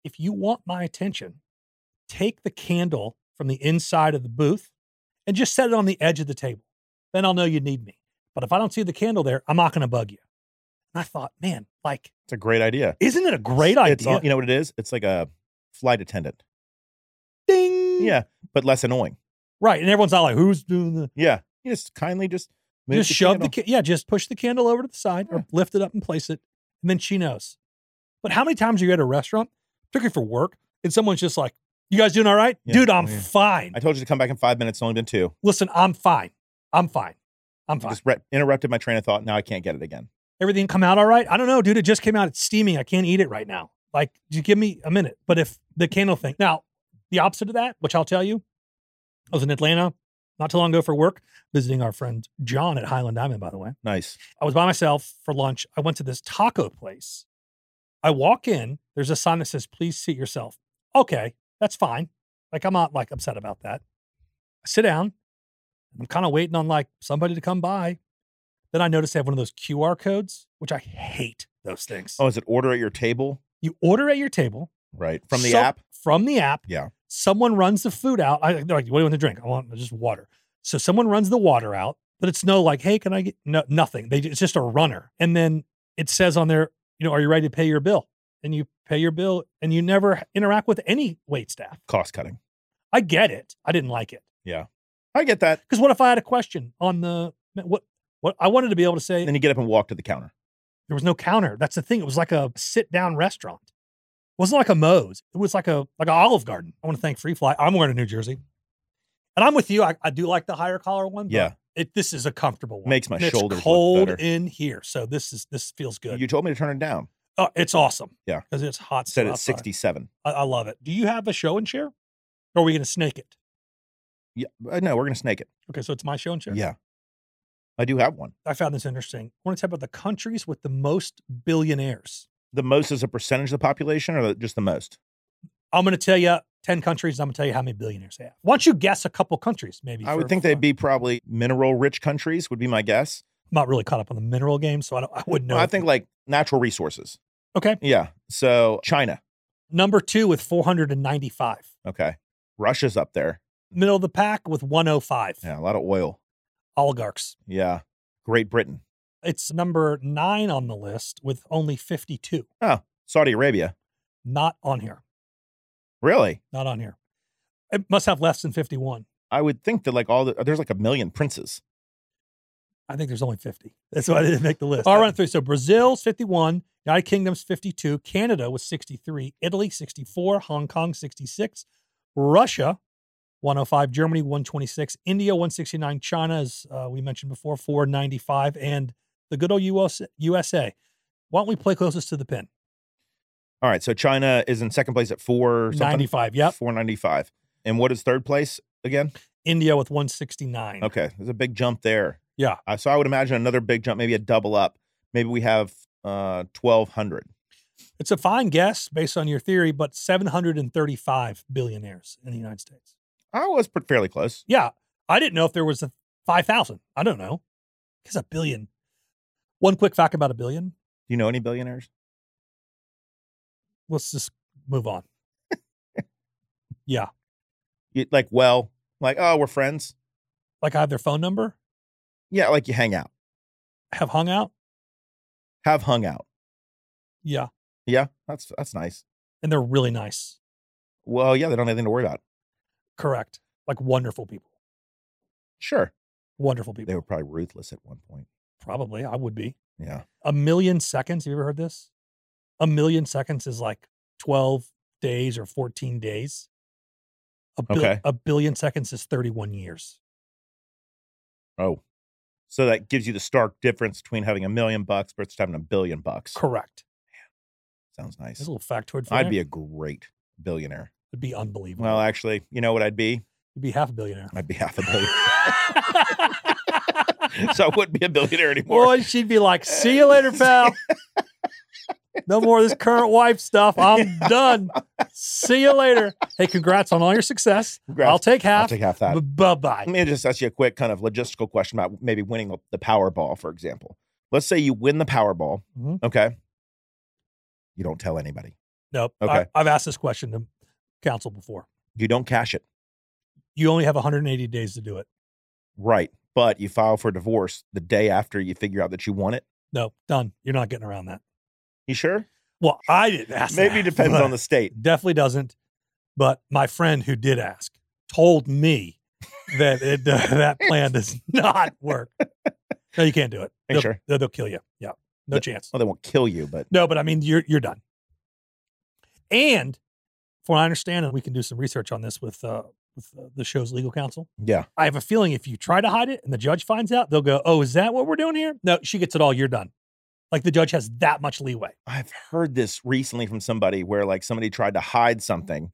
[SPEAKER 3] If you want my attention, take the candle from the inside of the booth and just set it on the edge of the table. Then I'll know you need me. But if I don't see the candle there, I'm not going to bug you." And I thought, man, like,
[SPEAKER 7] It's a great idea.
[SPEAKER 3] isn't it a great idea?
[SPEAKER 7] It's all, you know what it is? It's like a flight attendant.
[SPEAKER 3] Ding.
[SPEAKER 7] Yeah, but less annoying.
[SPEAKER 3] Right. And everyone's not like, who's doing the.
[SPEAKER 7] Yeah, you just kindly just move
[SPEAKER 3] just
[SPEAKER 7] the
[SPEAKER 3] shove
[SPEAKER 7] candle.
[SPEAKER 3] the. Ca- yeah, just push the candle over to the side
[SPEAKER 7] Yeah.
[SPEAKER 3] or lift it up and place it. And then she knows. But how many times are you at a restaurant, particularly for work, and someone's just like, you guys doing all right?
[SPEAKER 7] Yeah.
[SPEAKER 3] Dude, I'm
[SPEAKER 7] Yeah.
[SPEAKER 3] fine.
[SPEAKER 7] I told you to come back in five minutes. It's only been two.
[SPEAKER 3] Listen, I'm fine. I'm fine. I'm
[SPEAKER 7] I
[SPEAKER 3] fine.
[SPEAKER 7] Just re- interrupted my train of thought. Now I can't get it again.
[SPEAKER 3] everything come out all right? I don't know, dude. It just came out. It's steaming. I can't eat it right now. Like, you give me a minute. But if the candle thing, now the opposite of that, which I'll tell you, I was in Atlanta not too long ago for work, visiting our friend John at Highland Diamond, by the way.
[SPEAKER 7] Nice.
[SPEAKER 3] I was by myself for lunch. I went to this taco place. I walk in, there's a sign that says, please seat yourself. Okay, that's fine. Like, I'm not like upset about that. I sit down. I'm kind of waiting on like somebody to come by. Then I notice they have one of those QR codes, which I hate those things.
[SPEAKER 7] Oh, is it order at your table?
[SPEAKER 3] You order at your table
[SPEAKER 7] Right from the
[SPEAKER 3] some-
[SPEAKER 7] app.
[SPEAKER 3] From the app.
[SPEAKER 7] Yeah.
[SPEAKER 3] Someone runs the food out. I, they're like, what do you want to drink? I want just water. So someone runs the water out, but it's no like, hey, can I get no nothing? They it's just a runner. And then it says on there, you know, are you ready to pay your bill? And you pay your bill and you never interact with any wait staff.
[SPEAKER 7] Cost cutting.
[SPEAKER 3] I get it. I didn't like it.
[SPEAKER 7] I get that.
[SPEAKER 3] Because what if I had a question on the what what I wanted to be able to say
[SPEAKER 7] And then you get up and walk to the counter.
[SPEAKER 3] there was no counter. That's the thing. It was like a sit down restaurant. It wasn't like a Moe's. It was like a like an Olive Garden. I want to thank Free Fly. I'm going to New Jersey, and I'm with you. I, I do like the higher collar one. but
[SPEAKER 7] Yeah.
[SPEAKER 3] it, this is a comfortable one.
[SPEAKER 7] Makes my
[SPEAKER 3] And it's
[SPEAKER 7] shoulders look
[SPEAKER 3] cold
[SPEAKER 7] better.
[SPEAKER 3] in here, so this is this feels good.
[SPEAKER 7] You told me to turn it down.
[SPEAKER 3] oh, it's awesome.
[SPEAKER 7] Yeah.
[SPEAKER 3] because it's hot.
[SPEAKER 7] Said
[SPEAKER 3] still
[SPEAKER 7] it's
[SPEAKER 3] outside.
[SPEAKER 7] sixty-seven.
[SPEAKER 3] I, I love it. Do you have a show and share, or are we going to snake it?
[SPEAKER 7] Yeah. uh, No, we're gonna snake it.
[SPEAKER 3] Okay, so it's my show and share.
[SPEAKER 7] Yeah. I do have one.
[SPEAKER 3] I found this interesting. I want to talk about the countries with the most billionaires.
[SPEAKER 7] The most is a percentage of the population, or the, just the most.
[SPEAKER 3] I'm going to tell you 10 countries. and I'm going to tell you how many billionaires they have. Why don't you guess a couple countries, maybe?
[SPEAKER 7] I
[SPEAKER 3] for
[SPEAKER 7] would think they'd
[SPEAKER 3] fun.
[SPEAKER 7] be probably mineral-rich countries. Would be my guess.
[SPEAKER 3] I'm not really caught up on the mineral game, so I, don't, I wouldn't know.
[SPEAKER 7] I think like natural resources.
[SPEAKER 3] Okay.
[SPEAKER 7] Yeah. So China.
[SPEAKER 3] Number two with 495.
[SPEAKER 7] Okay. Russia's up there.
[SPEAKER 3] Middle of the pack with 105.
[SPEAKER 7] Yeah. A lot of oil.
[SPEAKER 3] Oligarchs.
[SPEAKER 7] Yeah. Great Britain.
[SPEAKER 3] It's number nine on the list with only 52.
[SPEAKER 7] Saudi Arabia.
[SPEAKER 3] Not on here.
[SPEAKER 7] Really?
[SPEAKER 3] Not on here. It must have less than 51.
[SPEAKER 7] I would think that like all the there's like a million princes.
[SPEAKER 3] I think there's only 50. That's why I didn't make the list. I'll run it through. So Brazil's 51, United Kingdom's 52, Canada was 63, Italy 64, Hong Kong 66, Russia 105, Germany 126, India 169, China, as uh, we mentioned before, 495, and the good old US, USA. Why don't we play closest to the pin?
[SPEAKER 7] All right. So China is in second place at four something.
[SPEAKER 3] 95, yep.
[SPEAKER 7] Four ninety five. And what is third place again?
[SPEAKER 3] India with 169.
[SPEAKER 7] Okay. There's a big jump there.
[SPEAKER 3] Yeah.
[SPEAKER 7] Uh, so I would imagine another big jump, maybe a double up. Maybe we have uh twelve hundred.
[SPEAKER 3] It's a fine guess based on your theory, but 735 billionaires in the United States.
[SPEAKER 7] I was pr- fairly close.
[SPEAKER 3] Yeah. I didn't know if there was a 5,000. I don't know. Because a billion. One quick fact about a billion.
[SPEAKER 7] Do you know any billionaires?
[SPEAKER 3] Let's just move on. yeah.
[SPEAKER 7] You, like well, like, oh, we're friends.
[SPEAKER 3] Like I have their phone number,
[SPEAKER 7] Yeah, like you hang out.
[SPEAKER 3] have hung out.
[SPEAKER 7] Have hung out.
[SPEAKER 3] Yeah.
[SPEAKER 7] Yeah, that's that's nice.
[SPEAKER 3] And they're really nice.
[SPEAKER 7] Well, yeah, they don't have anything to worry about.
[SPEAKER 3] Correct. Like wonderful people.
[SPEAKER 7] Sure.
[SPEAKER 3] Wonderful people.
[SPEAKER 7] They were probably ruthless at one point.
[SPEAKER 3] Probably. I would be.
[SPEAKER 7] Yeah.
[SPEAKER 3] A million seconds. Have you ever heard this? A million seconds is like 12 days or 14 days. A, bil-
[SPEAKER 7] Okay.
[SPEAKER 3] a billion seconds is 31 years.
[SPEAKER 7] Oh. So that gives you the stark difference between having a million bucks versus having a billion bucks.
[SPEAKER 3] Correct.
[SPEAKER 7] Sounds
[SPEAKER 3] There's
[SPEAKER 7] nice.
[SPEAKER 3] a little factoid for
[SPEAKER 7] I'd
[SPEAKER 3] you.
[SPEAKER 7] be a great billionaire.
[SPEAKER 3] It'd be unbelievable.
[SPEAKER 7] Well, actually, you know what I'd be?
[SPEAKER 3] You'd be half a billionaire.
[SPEAKER 7] I'd be half a billionaire. so I wouldn't be a billionaire anymore.
[SPEAKER 3] Boy, she'd be like, see you later, pal. No more of this current wife stuff. I'm done. See you later. Hey, congrats on all your success.
[SPEAKER 7] Congrats.
[SPEAKER 3] I'll take half.
[SPEAKER 7] I'll take half that.
[SPEAKER 3] Bye bye.
[SPEAKER 7] Let me just ask you a quick kind of logistical question about maybe winning the Powerball, for example. Let's say you win the Powerball.
[SPEAKER 3] Mhm.
[SPEAKER 7] Okay. You don't tell anybody.
[SPEAKER 3] Nope.
[SPEAKER 7] Okay.
[SPEAKER 3] I, I've asked this question to counsel before.
[SPEAKER 7] You don't cash it.
[SPEAKER 3] You only have 180 days to do it.
[SPEAKER 7] Right. But you file for divorce the day after you figure out that you won it.
[SPEAKER 3] No, done. You're not getting around that.
[SPEAKER 7] You sure?
[SPEAKER 3] Well, I didn't ask.
[SPEAKER 7] Maybe
[SPEAKER 3] that,
[SPEAKER 7] depends
[SPEAKER 3] but-
[SPEAKER 7] on the state.
[SPEAKER 3] Definitely doesn't. But my friend who did ask told me that it, uh, that plan does not work. No, you can't do it.
[SPEAKER 7] Are you
[SPEAKER 3] They'll,
[SPEAKER 7] sure?
[SPEAKER 3] they'll, they'll kill you. Yeah, no
[SPEAKER 7] The-
[SPEAKER 3] chance.
[SPEAKER 7] Well, they won't kill you, but
[SPEAKER 3] No, but I mean, you're you're done. And from what I understand, and we can do some research on this with uh, with uh, the show's legal counsel.
[SPEAKER 7] yeah.
[SPEAKER 3] I have a feeling if you try to hide it and the judge finds out, they'll go, "Oh, is that what we're doing here?" No, she gets it all. You're done. Like the judge has that much leeway.
[SPEAKER 7] I've heard this recently from somebody where like somebody tried to hide something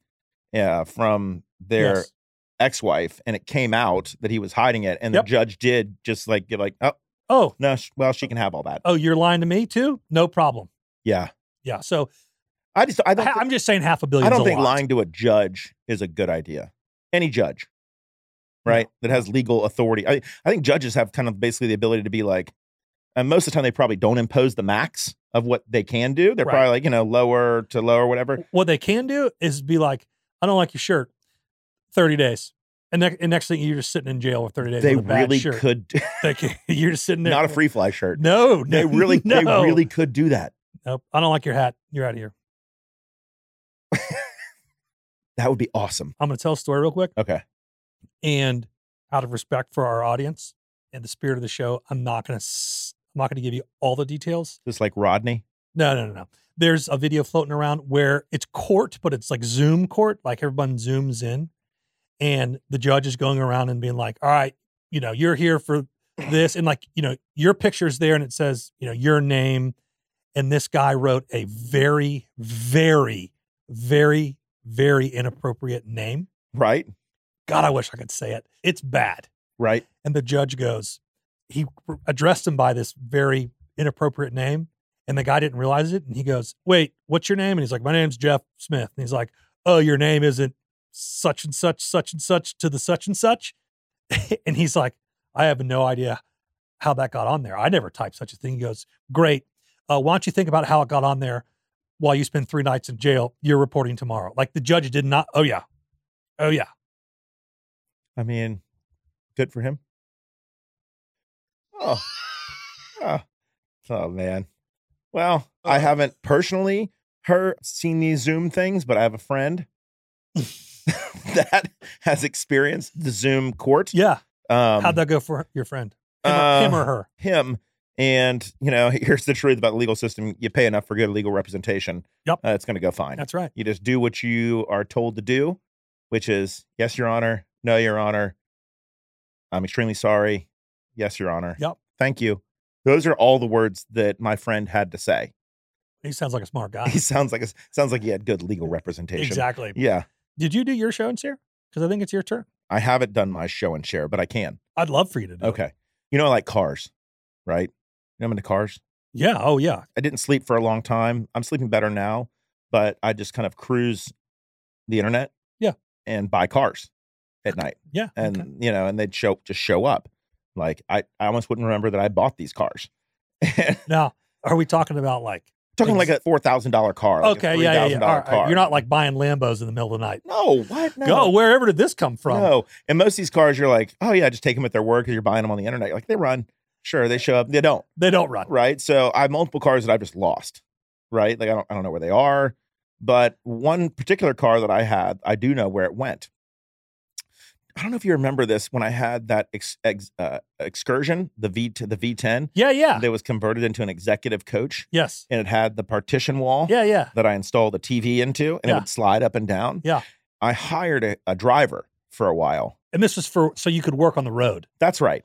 [SPEAKER 7] uh, from their
[SPEAKER 3] Yes.
[SPEAKER 7] ex-wife and it came out that he was hiding it and
[SPEAKER 3] Yep.
[SPEAKER 7] the judge did just like get like oh
[SPEAKER 3] Oh,
[SPEAKER 7] no sh- well she can have all that
[SPEAKER 3] oh, you're lying to me too. No problem.
[SPEAKER 7] yeah
[SPEAKER 3] Yeah. So
[SPEAKER 7] i just i don't
[SPEAKER 3] I,
[SPEAKER 7] thi-
[SPEAKER 3] am just saying half a billion.
[SPEAKER 7] i don't think lying to a judge is a good idea any judge right that has legal authority I, I think judges have kind of basically the ability to be like and most of the time they probably don't impose the max of what they can do they're
[SPEAKER 3] Right.
[SPEAKER 7] probably like you know lower to lower whatever
[SPEAKER 3] What they can do is be like, I don't like your shirt. Thirty days, and, ne- and next thing you're just sitting in jail for thirty days.
[SPEAKER 7] they
[SPEAKER 3] with a bad
[SPEAKER 7] really
[SPEAKER 3] shirt.
[SPEAKER 7] could
[SPEAKER 3] They can- you're just sitting there.
[SPEAKER 7] not a free fly shirt
[SPEAKER 3] No,
[SPEAKER 7] they
[SPEAKER 3] no,
[SPEAKER 7] really
[SPEAKER 3] no.
[SPEAKER 7] they really could do that
[SPEAKER 3] Nope. I don't like your hat. You're out of here.
[SPEAKER 7] that would be awesome
[SPEAKER 3] I'm going to tell a story real quick,
[SPEAKER 7] okay
[SPEAKER 3] and out of respect for our audience and the spirit of the show, I'm not going to. S- I'm not going to give you all the details.
[SPEAKER 7] just like rodney
[SPEAKER 3] No, no, no, no. There's a video floating around where it's court, but it's like Zoom court, like everyone zooms in, and the judge is going around and being like, "All right, you know, you're here for this," and like, you know, your picture's there, and it says, you know, your name, and this guy wrote a very, very, very, very inappropriate name.
[SPEAKER 7] right
[SPEAKER 3] God, I wish I could say it. It's bad.
[SPEAKER 7] right
[SPEAKER 3] And the judge goes, he r- addressed him by this very inappropriate name. And the guy didn't realize it. And he goes, wait, what's your name? And he's like, my name's Jeff Smith. And he's like, oh, your name isn't such and such, such and such to the such and such. and he's like, I have no idea how that got on there. I never typed such a thing. He goes, great. Uh, why don't you think about how it got on there while you spend three nights in jail? You're reporting tomorrow. Like the judge did not. Oh, yeah. Oh, yeah.
[SPEAKER 7] I mean, good for him. Oh, oh, oh man. Well, I haven't personally her seen these Zoom things, but I have a friend that has experienced the Zoom court.
[SPEAKER 3] Yeah.
[SPEAKER 7] Um,
[SPEAKER 3] How'd that go for your friend? Him, or- him
[SPEAKER 7] uh,
[SPEAKER 3] or her?
[SPEAKER 7] him. And you know, here's the truth about the legal system: you pay enough for good legal representation.
[SPEAKER 3] Yep.
[SPEAKER 7] uh, it's going to go fine.
[SPEAKER 3] That's right.
[SPEAKER 7] You just do what you are told to do, which is yes, Your Honor. No, Your Honor. I'm extremely sorry. Yes, Your Honor.
[SPEAKER 3] Yep.
[SPEAKER 7] Thank you. Those are all the words that my friend had to say.
[SPEAKER 3] He sounds like a smart guy.
[SPEAKER 7] He sounds like a, sounds like he had good legal representation.
[SPEAKER 3] exactly.
[SPEAKER 7] Yeah,
[SPEAKER 3] Did you do your show and share? Because I think it's your turn.
[SPEAKER 7] I haven't done my show and share, but I can.
[SPEAKER 3] I'd love for you to do. it.
[SPEAKER 7] Okay. You know, I like cars, right? You know, I'm into cars.
[SPEAKER 3] Yeah. Oh, yeah.
[SPEAKER 7] I didn't sleep for a long time. I'm sleeping better now, but I just kind of cruise the internet.
[SPEAKER 3] Yeah.
[SPEAKER 7] And buy cars at night.
[SPEAKER 3] Yeah.
[SPEAKER 7] and
[SPEAKER 3] okay.
[SPEAKER 7] you know, and they'd show just show up. Like I, I almost wouldn't remember that I bought these cars.
[SPEAKER 3] now, are we talking about like?
[SPEAKER 7] Talking like a four thousand dollar car. Like
[SPEAKER 3] okay.
[SPEAKER 7] a
[SPEAKER 3] Yeah. Yeah. yeah. All
[SPEAKER 7] $3,000
[SPEAKER 3] right, all right.
[SPEAKER 7] car.
[SPEAKER 3] You're not like buying Lambos in the middle of the night.
[SPEAKER 7] no, what? No,
[SPEAKER 3] Go. Wherever did this come from?
[SPEAKER 7] no. And most of these cars, you're like, oh yeah, just take them at their work. Or you're buying them on the internet. Like they run, sure, they show up, they don't,
[SPEAKER 3] They don't run.
[SPEAKER 7] right? So I have multiple cars that I've just lost, right? Like I don't, I don't know where they are. But one particular car that I had, I do know where it went. I don't know if you remember this when I had that ex, ex, uh, excursion, the V to the V10.
[SPEAKER 3] Yeah. Yeah.
[SPEAKER 7] that was converted into an executive coach
[SPEAKER 3] yes.
[SPEAKER 7] and it had the partition wall
[SPEAKER 3] Yeah. Yeah.
[SPEAKER 7] that I installed the TV into and it
[SPEAKER 3] Yeah.
[SPEAKER 7] would slide up and down.
[SPEAKER 3] Yeah.
[SPEAKER 7] I hired a, a driver for a while.
[SPEAKER 3] And this was for so you could work on the road.
[SPEAKER 7] That's right.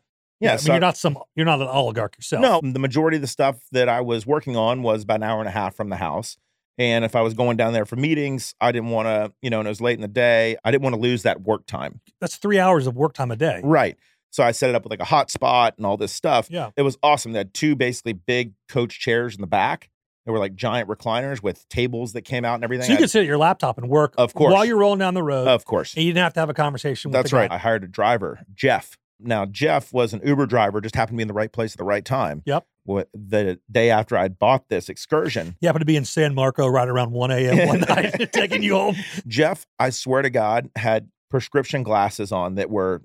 [SPEAKER 3] I
[SPEAKER 7] Yeah.
[SPEAKER 3] mean,
[SPEAKER 7] so
[SPEAKER 3] you're not some. You're not an oligarch yourself.
[SPEAKER 7] no, the majority of the stuff that I was working on was about an hour and a half from the house. And if I was going down there for meetings, I didn't want to, you know, and it was late in the day, I didn't want to lose that work time.
[SPEAKER 3] That's three hours of work time a day.
[SPEAKER 7] Right. So I set it up with like a hotspot and all this stuff.
[SPEAKER 3] Yeah.
[SPEAKER 7] It was awesome. They had two basically big coach chairs in the back. They were like giant recliners with tables that came out and everything.
[SPEAKER 3] So you
[SPEAKER 7] I-
[SPEAKER 3] could sit at your laptop and work
[SPEAKER 7] Of course.
[SPEAKER 3] while you're rolling down the road
[SPEAKER 7] of course.
[SPEAKER 3] and you didn't have to have a conversation with
[SPEAKER 7] That's
[SPEAKER 3] the guy.
[SPEAKER 7] right. I hired a driver, Jeff. Now, Jeff was an Uber driver, just happened to be in the right place at the right time.
[SPEAKER 3] Yep.
[SPEAKER 7] Wh- The day after I'd bought this excursion,
[SPEAKER 3] You happen to be in San Marco right around 1 a.m. one night, taking you home.
[SPEAKER 7] Jeff, I swear to God, had prescription glasses on that were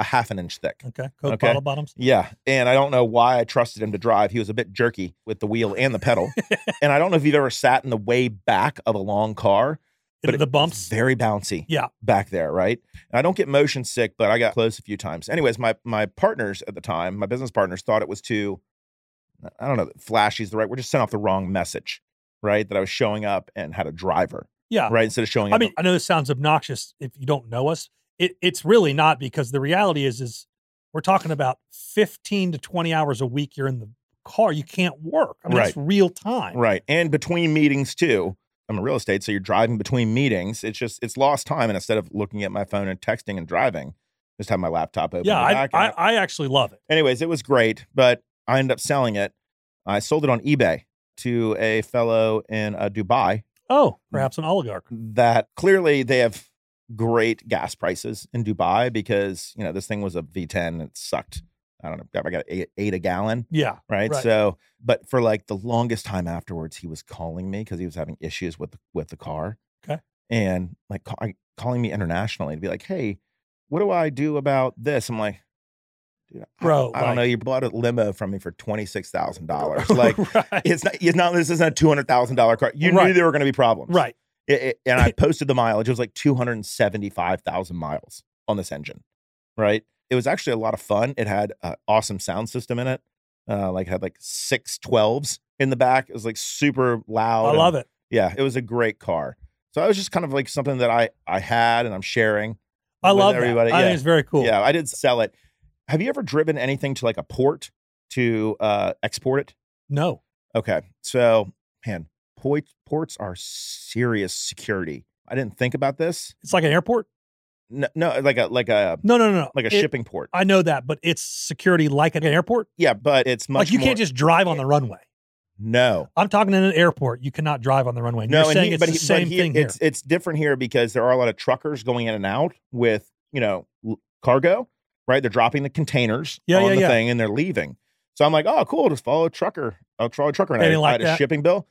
[SPEAKER 7] a half an inch thick.
[SPEAKER 3] Okay. Coke
[SPEAKER 7] Okay.
[SPEAKER 3] bottle bottoms.
[SPEAKER 7] Yeah. And I don't know why I trusted him to drive. He was a bit jerky with the wheel and the pedal. and I don't know if you've ever sat in the way back of a long car,
[SPEAKER 3] Into
[SPEAKER 7] it-
[SPEAKER 3] the bumps.
[SPEAKER 7] very bouncy.
[SPEAKER 3] Yeah.
[SPEAKER 7] Back there, right? And I don't get motion sick, but I got close a few times. Anyways, my my partners at the time, my business partners thought it was too I don't know, flashy is the right. We're just sent off the wrong message, right? That I was showing up and had a driver,
[SPEAKER 3] Yeah.
[SPEAKER 7] right? Instead of showing
[SPEAKER 3] I
[SPEAKER 7] up
[SPEAKER 3] mean, I know this sounds obnoxious if you don't know us. It, it's really not because the reality is, is we're talking about 15 to 20 hours a week you're in the car. You can't work. I mean, it's real time.
[SPEAKER 7] Right. And between meetings too. I'm a real estate, so you're driving between meetings. It's just it's lost time. And instead of looking at my phone and texting and driving, just have my laptop open.
[SPEAKER 3] Yeah.
[SPEAKER 7] in the
[SPEAKER 3] I,
[SPEAKER 7] back.
[SPEAKER 3] I,
[SPEAKER 7] And
[SPEAKER 3] I actually love it.
[SPEAKER 7] anyways, it was great, but I ended up selling it. I sold it on eBay to a fellow in uh, Dubai
[SPEAKER 3] Oh, perhaps an oligarch.
[SPEAKER 7] that clearly they have great gas prices in Dubai because you know this thing was a V10. It sucked. I don't know. I got eight, eight a gallon
[SPEAKER 3] Yeah.
[SPEAKER 7] right?
[SPEAKER 3] Right.
[SPEAKER 7] So, but for like the longest time afterwards, he was calling me because he was having issues with the, with the car.
[SPEAKER 3] Okay.
[SPEAKER 7] and like ca- I- calling me internationally to be like, "Hey, what do I do about this?" I'm like, "Dude, I-
[SPEAKER 3] Bro,
[SPEAKER 7] I, don't know.
[SPEAKER 3] like-
[SPEAKER 7] You bought a limo from me for twenty six thousand dollars. Like,
[SPEAKER 3] right.
[SPEAKER 7] it's not. It's not. This isn't a two hundred thousand dollar car. You knew
[SPEAKER 3] Right.
[SPEAKER 7] there were going to be problems,
[SPEAKER 3] right.
[SPEAKER 7] It- it- and I posted the mileage. It was like two hundred seventy five thousand miles on this engine, right? It was actually a lot of fun. It had an awesome sound system in it. Uh, like had like six 12s in the back. It was like super loud.
[SPEAKER 3] I love it.
[SPEAKER 7] Yeah, it was a great car. So I was just kind of like something that I I had and I'm sharing.
[SPEAKER 3] I
[SPEAKER 7] with
[SPEAKER 3] love that.
[SPEAKER 7] everybody.
[SPEAKER 3] I
[SPEAKER 7] yeah.
[SPEAKER 3] think it's very cool.
[SPEAKER 7] Yeah, I did sell it. Have you ever driven anything to like a port to uh, export it?
[SPEAKER 3] No.
[SPEAKER 7] Okay. So, man, poi- ports are serious security. I didn't think about this.
[SPEAKER 3] It's like an airport?
[SPEAKER 7] No, no like a like a
[SPEAKER 3] No, no, no. no.
[SPEAKER 7] like a
[SPEAKER 3] It-
[SPEAKER 7] shipping port.
[SPEAKER 3] I know that, but it's security like an airport.
[SPEAKER 7] yeah, but it's much
[SPEAKER 3] like you
[SPEAKER 7] more,
[SPEAKER 3] can't just drive on the runway.
[SPEAKER 7] No.
[SPEAKER 3] I'm talking in an airport. You cannot drive on the runway. And
[SPEAKER 7] No,
[SPEAKER 3] You're
[SPEAKER 7] and
[SPEAKER 3] saying
[SPEAKER 7] he,
[SPEAKER 3] it's
[SPEAKER 7] but
[SPEAKER 3] the
[SPEAKER 7] he, but
[SPEAKER 3] same
[SPEAKER 7] he-
[SPEAKER 3] thing here.
[SPEAKER 7] it's it's different here because there are a lot of truckers going in and out with, you know, l- cargo, right? They're dropping the containers
[SPEAKER 3] Yeah,
[SPEAKER 7] on
[SPEAKER 3] yeah,
[SPEAKER 7] the
[SPEAKER 3] yeah.
[SPEAKER 7] thing and they're leaving. So I'm like, "Oh, cool, just follow a trucker. I'll follow a trucker." And
[SPEAKER 3] They
[SPEAKER 7] I,
[SPEAKER 3] didn't
[SPEAKER 7] I
[SPEAKER 3] like
[SPEAKER 7] had a
[SPEAKER 3] that?
[SPEAKER 7] shipping bill.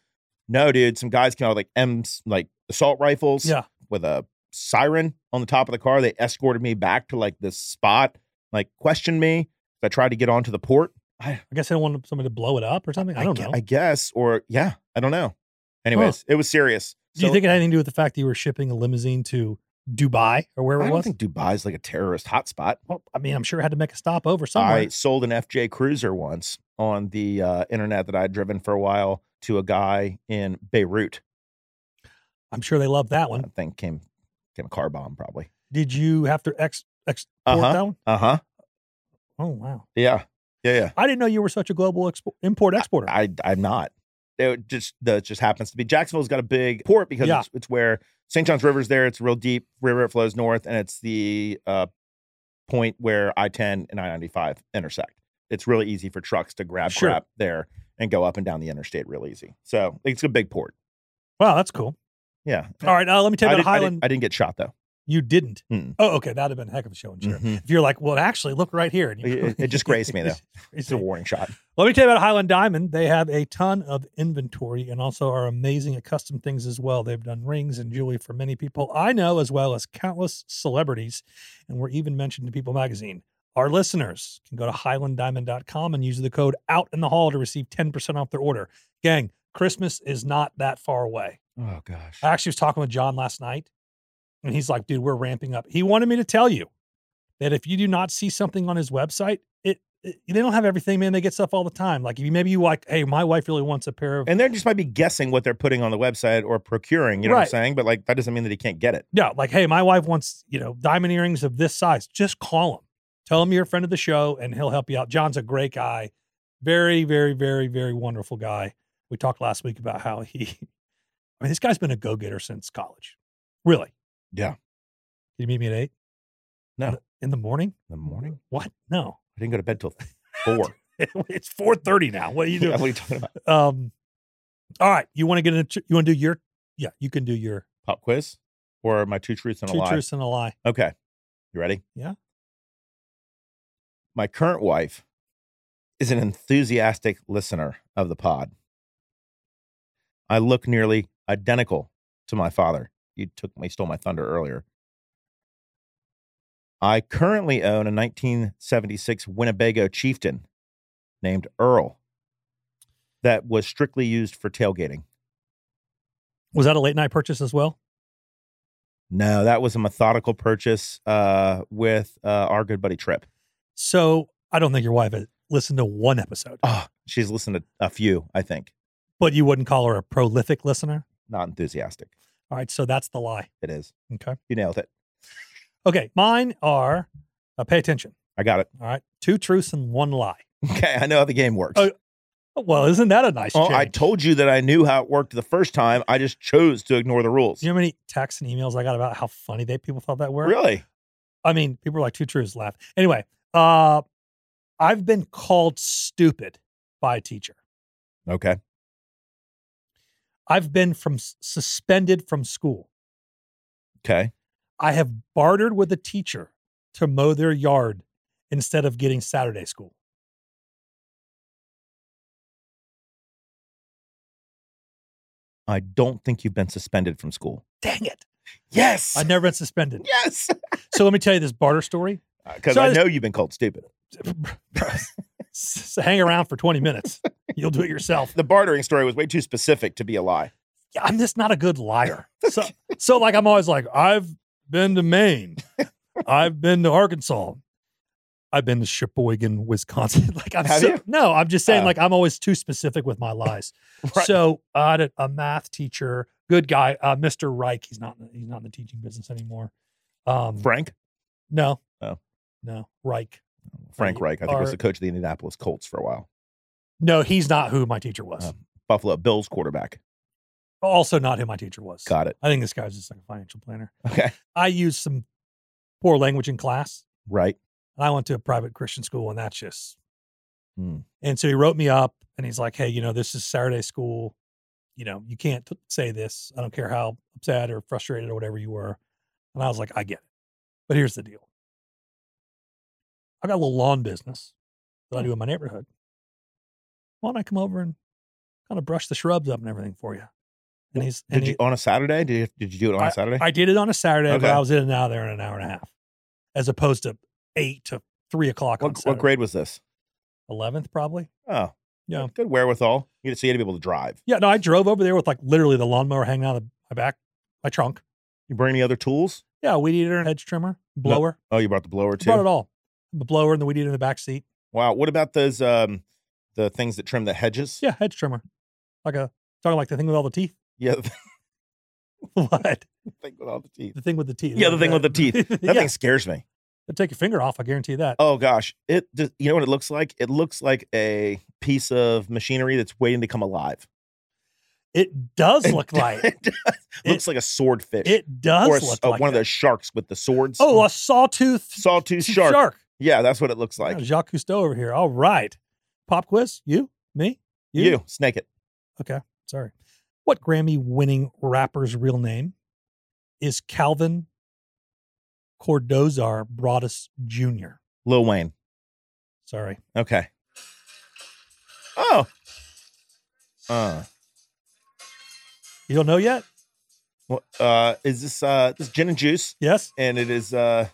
[SPEAKER 7] No, dude, some guys came out with like M's like assault rifles.
[SPEAKER 3] Yeah.
[SPEAKER 7] with a siren on the top of the car. They escorted me back to like this spot, like questioned me. I tried to get onto the port. I,
[SPEAKER 3] I guess they don't want somebody to blow it up or something. I don't
[SPEAKER 7] gue-
[SPEAKER 3] know.
[SPEAKER 7] I guess, or yeah, I don't know. Anyways, it was serious.
[SPEAKER 3] Do you
[SPEAKER 7] So-
[SPEAKER 3] think it had anything to do with the fact that you were shipping a limousine to Dubai or wherever
[SPEAKER 7] I
[SPEAKER 3] it
[SPEAKER 7] don't
[SPEAKER 3] was?
[SPEAKER 7] think Dubai's like a terrorist hotspot.
[SPEAKER 3] well, I mean, I'm sure it had to make a stop over somewhere.
[SPEAKER 7] I sold an FJ Cruiser once on the uh, internet that I'd driven for a while to a guy in Beirut.
[SPEAKER 3] I'm sure they love that
[SPEAKER 7] I
[SPEAKER 3] one.
[SPEAKER 7] think came came a car bomb probably.
[SPEAKER 3] Did you have to ex export
[SPEAKER 7] Uh-huh.
[SPEAKER 3] that one?
[SPEAKER 7] Uh huh.
[SPEAKER 3] Oh wow!
[SPEAKER 7] Yeah. Yeah. Yeah.
[SPEAKER 3] I didn't know you were such a global expo- import exporter.
[SPEAKER 7] I I'm not. It just that just happens to be Jacksonville's got a big port because
[SPEAKER 3] Yeah.
[SPEAKER 7] it's, it's where St. John's River's there. It's real deep. River flows north, and it's the uh, point where I 10 and I 95 intersect. It's really easy for trucks to grab
[SPEAKER 3] Sure.
[SPEAKER 7] crap there and go up and down the interstate real easy. So it's a big port.
[SPEAKER 3] wow, that's cool.
[SPEAKER 7] Yeah.
[SPEAKER 3] All right, uh, let me tell
[SPEAKER 7] I,
[SPEAKER 3] you
[SPEAKER 7] did,
[SPEAKER 3] about
[SPEAKER 7] I,
[SPEAKER 3] Highland.
[SPEAKER 7] didn't, I didn't get shot though.
[SPEAKER 3] you didn't.
[SPEAKER 7] Mm.
[SPEAKER 3] Oh, okay, that'd have been a heck of a show. and share.
[SPEAKER 7] Mhm.
[SPEAKER 3] If you're like, well, actually, look right here. and you-
[SPEAKER 7] It- it- it just grazed me, though.
[SPEAKER 3] It's
[SPEAKER 7] It's a warning shot.
[SPEAKER 3] Let me tell you about Highland Diamond. They have a ton of inventory and also are amazing at custom things as well. They've done rings and jewelry for many people I know, as well as countless celebrities, and were even mentioned in People magazine. Our listeners can go to highlanddiamond.com and use the code out in the hall to receive 10% off their order. Gang, Christmas is not that far away.
[SPEAKER 7] Oh gosh.
[SPEAKER 3] I actually was talking with John last night, and he's like, dude, we're ramping up. He wanted me to tell you that if you do not see something on his website, it, it- they don't have everything, man. They get stuff all the time. Like if you maybe you like, hey, my wife really wants a pair of
[SPEAKER 7] And they just might be guessing what they're putting on the website or procuring. You know what I'm
[SPEAKER 3] Right.
[SPEAKER 7] saying? But like that doesn't mean that he can't get it.
[SPEAKER 3] no, like, hey, my wife wants, you know, diamond earrings of this size. Just call him. Tell him you're a friend of the show and he'll help you out. John's a great guy. Very, very, very, very wonderful guy. We talked last week about how he I mean, this guy's been a go getter since college. Really?
[SPEAKER 7] Yeah.
[SPEAKER 3] Can you meet me at eight?
[SPEAKER 7] No.
[SPEAKER 3] In the- In the morning?
[SPEAKER 7] the morning.
[SPEAKER 3] What? No.
[SPEAKER 7] I didn't go to bed till four.
[SPEAKER 3] it's four thirty now. What are you
[SPEAKER 7] Yeah,
[SPEAKER 3] doing?
[SPEAKER 7] what are you talking about?
[SPEAKER 3] Um. All right. You want to get into? You want to do your? Yeah. You can do your
[SPEAKER 7] Pop quiz or my two truths and
[SPEAKER 3] two
[SPEAKER 7] a lie?
[SPEAKER 3] truths and a lie.
[SPEAKER 7] Okay. You ready?
[SPEAKER 3] Yeah.
[SPEAKER 7] My current wife is an enthusiastic listener of the pod. I look nearly identical to my father. You took you stole my thunder earlier. I currently own a 1976 Winnebago Chieftain named Earl that was strictly used for tailgating.
[SPEAKER 3] Was that a late night purchase as well?
[SPEAKER 7] No, that was a methodical purchase uh, with uh, our good buddy Trip.
[SPEAKER 3] So I don't think your wife had listened to one episode,
[SPEAKER 7] Oh, she's listened to a few, I think.
[SPEAKER 3] but you wouldn't call her a prolific listener.
[SPEAKER 7] Not enthusiastic.
[SPEAKER 3] All right. So that's the lie.
[SPEAKER 7] It is.
[SPEAKER 3] Okay.
[SPEAKER 7] You nailed it.
[SPEAKER 3] Okay. Mine are. Uh, pay attention.
[SPEAKER 7] I got it.
[SPEAKER 3] All right. Two truths and one lie.
[SPEAKER 7] Okay. I know how the game works.
[SPEAKER 3] Oh, Well, isn't that a nice?
[SPEAKER 7] Oh, I
[SPEAKER 3] change?
[SPEAKER 7] told you that I knew how it worked the first time. I just chose to ignore the rules.
[SPEAKER 3] you know how many texts and emails I got about how funny they people thought that were?
[SPEAKER 7] really?
[SPEAKER 3] I mean, people are like two truths laugh. Anyway, uh I've been called stupid by a teacher.
[SPEAKER 7] Okay.
[SPEAKER 3] I've been from suspended from school.
[SPEAKER 7] Okay.
[SPEAKER 3] I have bartered with a teacher to mow their yard instead of getting Saturday school.
[SPEAKER 7] I don't think you've been suspended from school.
[SPEAKER 3] Dang it.
[SPEAKER 7] Yes.
[SPEAKER 3] I've never been suspended.
[SPEAKER 7] yes.
[SPEAKER 3] So let me tell you this barter story.
[SPEAKER 7] Because
[SPEAKER 3] So I
[SPEAKER 7] uh, I
[SPEAKER 3] just-
[SPEAKER 7] know you've been called stupid.
[SPEAKER 3] S- hang around for 20 minutes. You'll do it yourself.
[SPEAKER 7] The bartering story was way too specific to be a lie.
[SPEAKER 3] yeah, I'm just not a good liar. So, so like I'm always like, I've been to Maine, I've been to Arkansas, I've been to Sheboygan, Wisconsin. like I'm
[SPEAKER 7] Have
[SPEAKER 3] so,
[SPEAKER 7] you?
[SPEAKER 3] no, I'm just saying
[SPEAKER 7] Oh.
[SPEAKER 3] like I'm always too specific with my lies.
[SPEAKER 7] Right.
[SPEAKER 3] So I had a, a math teacher, good guy, uh, Mr. Reich. He's not he's not in the teaching business anymore. Um,
[SPEAKER 7] Frank?
[SPEAKER 3] no,
[SPEAKER 7] Oh.
[SPEAKER 3] no, Reich.
[SPEAKER 7] Frank Reich, I think, was
[SPEAKER 3] Are-
[SPEAKER 7] the coach of the Indianapolis Colts for a while.
[SPEAKER 3] No, he's not who my teacher was.
[SPEAKER 7] Oh. Buffalo Bills quarterback.
[SPEAKER 3] Also, not who my teacher was.
[SPEAKER 7] Oh. Got it.
[SPEAKER 3] I think this guy's just like a financial planner.
[SPEAKER 7] Okay.
[SPEAKER 3] I used some poor language in class.
[SPEAKER 7] Right.
[SPEAKER 3] And I went to a private Christian school, and that's just.
[SPEAKER 7] Hmm.
[SPEAKER 3] And so he wrote me up, and he's like, "Hey, you know, this is Saturday school. You know, you can't t- say this. I don't care how upset or frustrated or whatever you were." And I was like, "I get it, but here's the deal. I got a little lawn business that I
[SPEAKER 7] Hmm.
[SPEAKER 3] do in my neighborhood. Why don't I come over and kind of brush the shrubs up and everything for you?" And he's and
[SPEAKER 7] Did
[SPEAKER 3] he-
[SPEAKER 7] you on a Saturday? Did you, did you do it on a Saturday?
[SPEAKER 3] I did it on a Saturday, but
[SPEAKER 7] Okay.
[SPEAKER 3] I was in and out of there in an hour and a half, as opposed to eight to three o'clock. on
[SPEAKER 7] what, what
[SPEAKER 3] Saturday.
[SPEAKER 7] grade was this?
[SPEAKER 3] Eleventh, probably.
[SPEAKER 7] Oh,
[SPEAKER 3] Yeah.
[SPEAKER 7] Good wherewithal. You so you had to be able to drive.
[SPEAKER 3] Yeah. No, I drove over there with like literally the lawnmower hanging out of my back, my trunk.
[SPEAKER 7] You bring any other tools?
[SPEAKER 3] Yeah, weed eater and hedge trimmer, blower.
[SPEAKER 7] Oh, you brought the blower too.
[SPEAKER 3] brought it all. The blower and the weed eater in the back seat.
[SPEAKER 7] Wow. What about those um the things that trim the hedges?
[SPEAKER 3] Yeah, hedge trimmer, like a talking like the thing with all the teeth.
[SPEAKER 7] Yeah, the
[SPEAKER 3] what?
[SPEAKER 7] thing with all the teeth.
[SPEAKER 3] The thing with the teeth.
[SPEAKER 7] Yeah, the thing with the teeth.
[SPEAKER 3] that
[SPEAKER 7] That
[SPEAKER 3] yeah.
[SPEAKER 7] thing scares me.
[SPEAKER 3] They'll take your finger off. I guarantee you that.
[SPEAKER 7] Oh gosh. It just, you know what it looks like? It looks like a piece of machinery that's waiting to come alive.
[SPEAKER 3] it does look like
[SPEAKER 7] it looks like a swordfish.
[SPEAKER 3] it does
[SPEAKER 7] or a s-
[SPEAKER 3] look
[SPEAKER 7] uh,
[SPEAKER 3] like
[SPEAKER 7] one of
[SPEAKER 3] that.
[SPEAKER 7] those sharks with the swords.
[SPEAKER 3] Oh, a sawtooth
[SPEAKER 7] sawtooth shark.
[SPEAKER 3] shark.
[SPEAKER 7] Yeah, that's what it looks
[SPEAKER 3] Yeah,
[SPEAKER 7] like.
[SPEAKER 3] Jacques Cousteau over here. All right. Pop quiz. You, me,
[SPEAKER 7] you. snake it.
[SPEAKER 3] Okay. Sorry. What Grammy winning rapper's real name is Calvin Cordozar Broadus Jr.?
[SPEAKER 7] Lil Wayne.
[SPEAKER 3] Sorry.
[SPEAKER 7] Okay. Oh. Uh.
[SPEAKER 3] You don't know yet?
[SPEAKER 7] Well, uh, is this uh, this is gin and juice?
[SPEAKER 3] Yes.
[SPEAKER 7] And it is uh,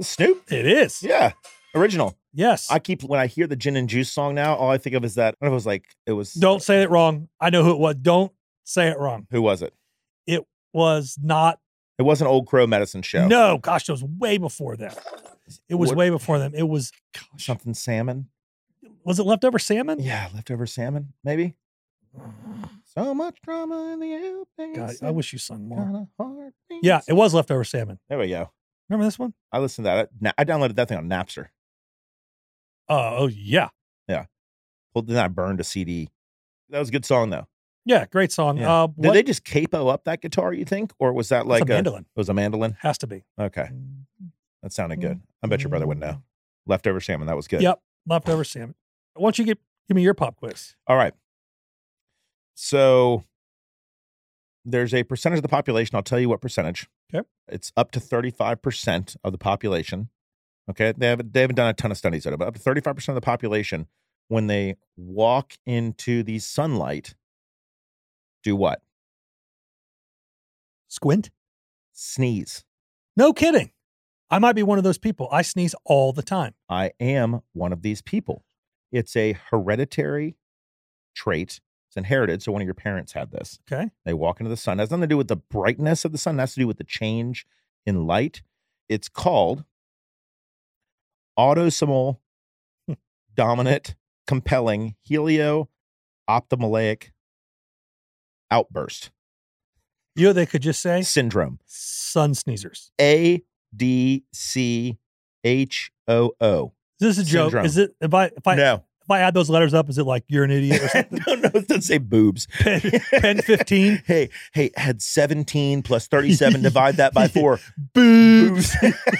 [SPEAKER 7] Snoop.
[SPEAKER 3] It is.
[SPEAKER 7] Yeah, original.
[SPEAKER 3] Yes.
[SPEAKER 7] I keep when I hear the gin and juice song now, all I think of is that. I don't know if it was like it was.
[SPEAKER 3] don't say it wrong. I know who it was. Don't say it wrong.
[SPEAKER 7] Who was it?
[SPEAKER 3] Was not.
[SPEAKER 7] It wasn't Old Crow Medicine Show.
[SPEAKER 3] No. Gosh, it was way before them. It was
[SPEAKER 7] What-
[SPEAKER 3] way before them. It was,
[SPEAKER 7] something salmon.
[SPEAKER 3] was it Leftover Salmon?
[SPEAKER 7] Yeah, leftover salmon, maybe. So much drama in the air.
[SPEAKER 3] God,
[SPEAKER 7] bass
[SPEAKER 3] I
[SPEAKER 7] and
[SPEAKER 3] wish you sung more.
[SPEAKER 7] kinda hard
[SPEAKER 3] Yeah.
[SPEAKER 7] beats.
[SPEAKER 3] It was Leftover Salmon.
[SPEAKER 7] There we go.
[SPEAKER 3] Remember this one?
[SPEAKER 7] I listened to that. Na- I downloaded that thing on Napster.
[SPEAKER 3] Oh, oh yeah.
[SPEAKER 7] Well, then I burned a CD. That was a good song though.
[SPEAKER 3] Yeah, great song.
[SPEAKER 7] Yeah.
[SPEAKER 3] Uh,
[SPEAKER 7] Did
[SPEAKER 3] what,
[SPEAKER 7] they just capo up that guitar? You think, or was that
[SPEAKER 3] it's
[SPEAKER 7] like
[SPEAKER 3] a mandolin.
[SPEAKER 7] it was a mandolin?
[SPEAKER 3] Has to be.
[SPEAKER 7] Okay, that sounded good. I bet your brother would
[SPEAKER 3] Mm.
[SPEAKER 7] know. Leftover salmon. That was good.
[SPEAKER 3] Yep. Leftover salmon. Why don't you get give me your pop quiz?
[SPEAKER 7] All right. So there's a percentage of the population. I'll tell you what percentage.
[SPEAKER 3] Okay.
[SPEAKER 7] It's up to 35% of the population. Okay. They haven't, they haven't done a ton of studies on it, but up to 35% of the population, when they walk into the sunlight, do what?
[SPEAKER 3] Squint.
[SPEAKER 7] Sneeze.
[SPEAKER 3] No kidding. I might be one of those people. I sneeze all the time.
[SPEAKER 7] I am one of these people. It's a hereditary trait. It's inherited. So one of your parents had this.
[SPEAKER 3] Okay.
[SPEAKER 7] They walk into the sun. It has nothing to do with the brightness of the sun. It has to do with the change in light. It's called autosomal dominant compelling helio-ophthalmic outburst
[SPEAKER 3] You know, they could just say
[SPEAKER 7] syndrome.
[SPEAKER 3] sun sneezers.
[SPEAKER 7] A D C H O O.
[SPEAKER 3] Is this a joke?
[SPEAKER 7] Syndrome.
[SPEAKER 3] Is it if I if I
[SPEAKER 7] No,
[SPEAKER 3] if I add those letters up, is it like you're an idiot or something?
[SPEAKER 7] no, no. It doesn't say boobs.
[SPEAKER 3] pen, pen 15
[SPEAKER 7] Hey, hey, add 17 plus 37, divide that by four.
[SPEAKER 3] boobs.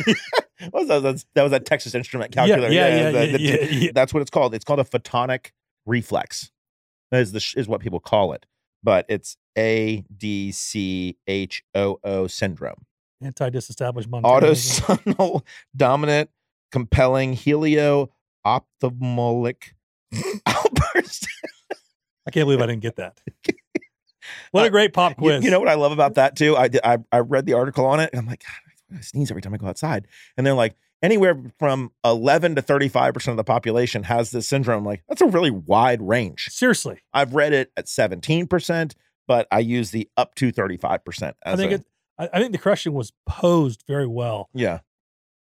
[SPEAKER 7] What was that? That's- That was that Texas instrument calculator.
[SPEAKER 3] yeah, yeah,
[SPEAKER 7] the-
[SPEAKER 3] yeah,
[SPEAKER 7] the-
[SPEAKER 3] yeah, yeah.
[SPEAKER 7] That's what it's called. It's called a photonic reflex. That is the sh- is what people call it, but it's A D C H O O syndrome.
[SPEAKER 3] Anti disestablished Montanism.
[SPEAKER 7] Autosomal dominant compelling helio ophthalmic outburst.
[SPEAKER 3] I can't believe I didn't get that. What a great pop
[SPEAKER 7] Uh, You,
[SPEAKER 3] quiz.
[SPEAKER 7] you know what I love about that too? I, did- I I read the article on it and I'm like, God, I sneeze every time I go outside. And they're like, anywhere from 11 to 35% of the population has this syndrome. I'm like, that's a really wide range.
[SPEAKER 3] seriously.
[SPEAKER 7] I've read it at 17%, but I use the up to 35%.
[SPEAKER 3] I
[SPEAKER 7] As
[SPEAKER 3] think
[SPEAKER 7] a-
[SPEAKER 3] it I, I think the question was posed very well.
[SPEAKER 7] yeah.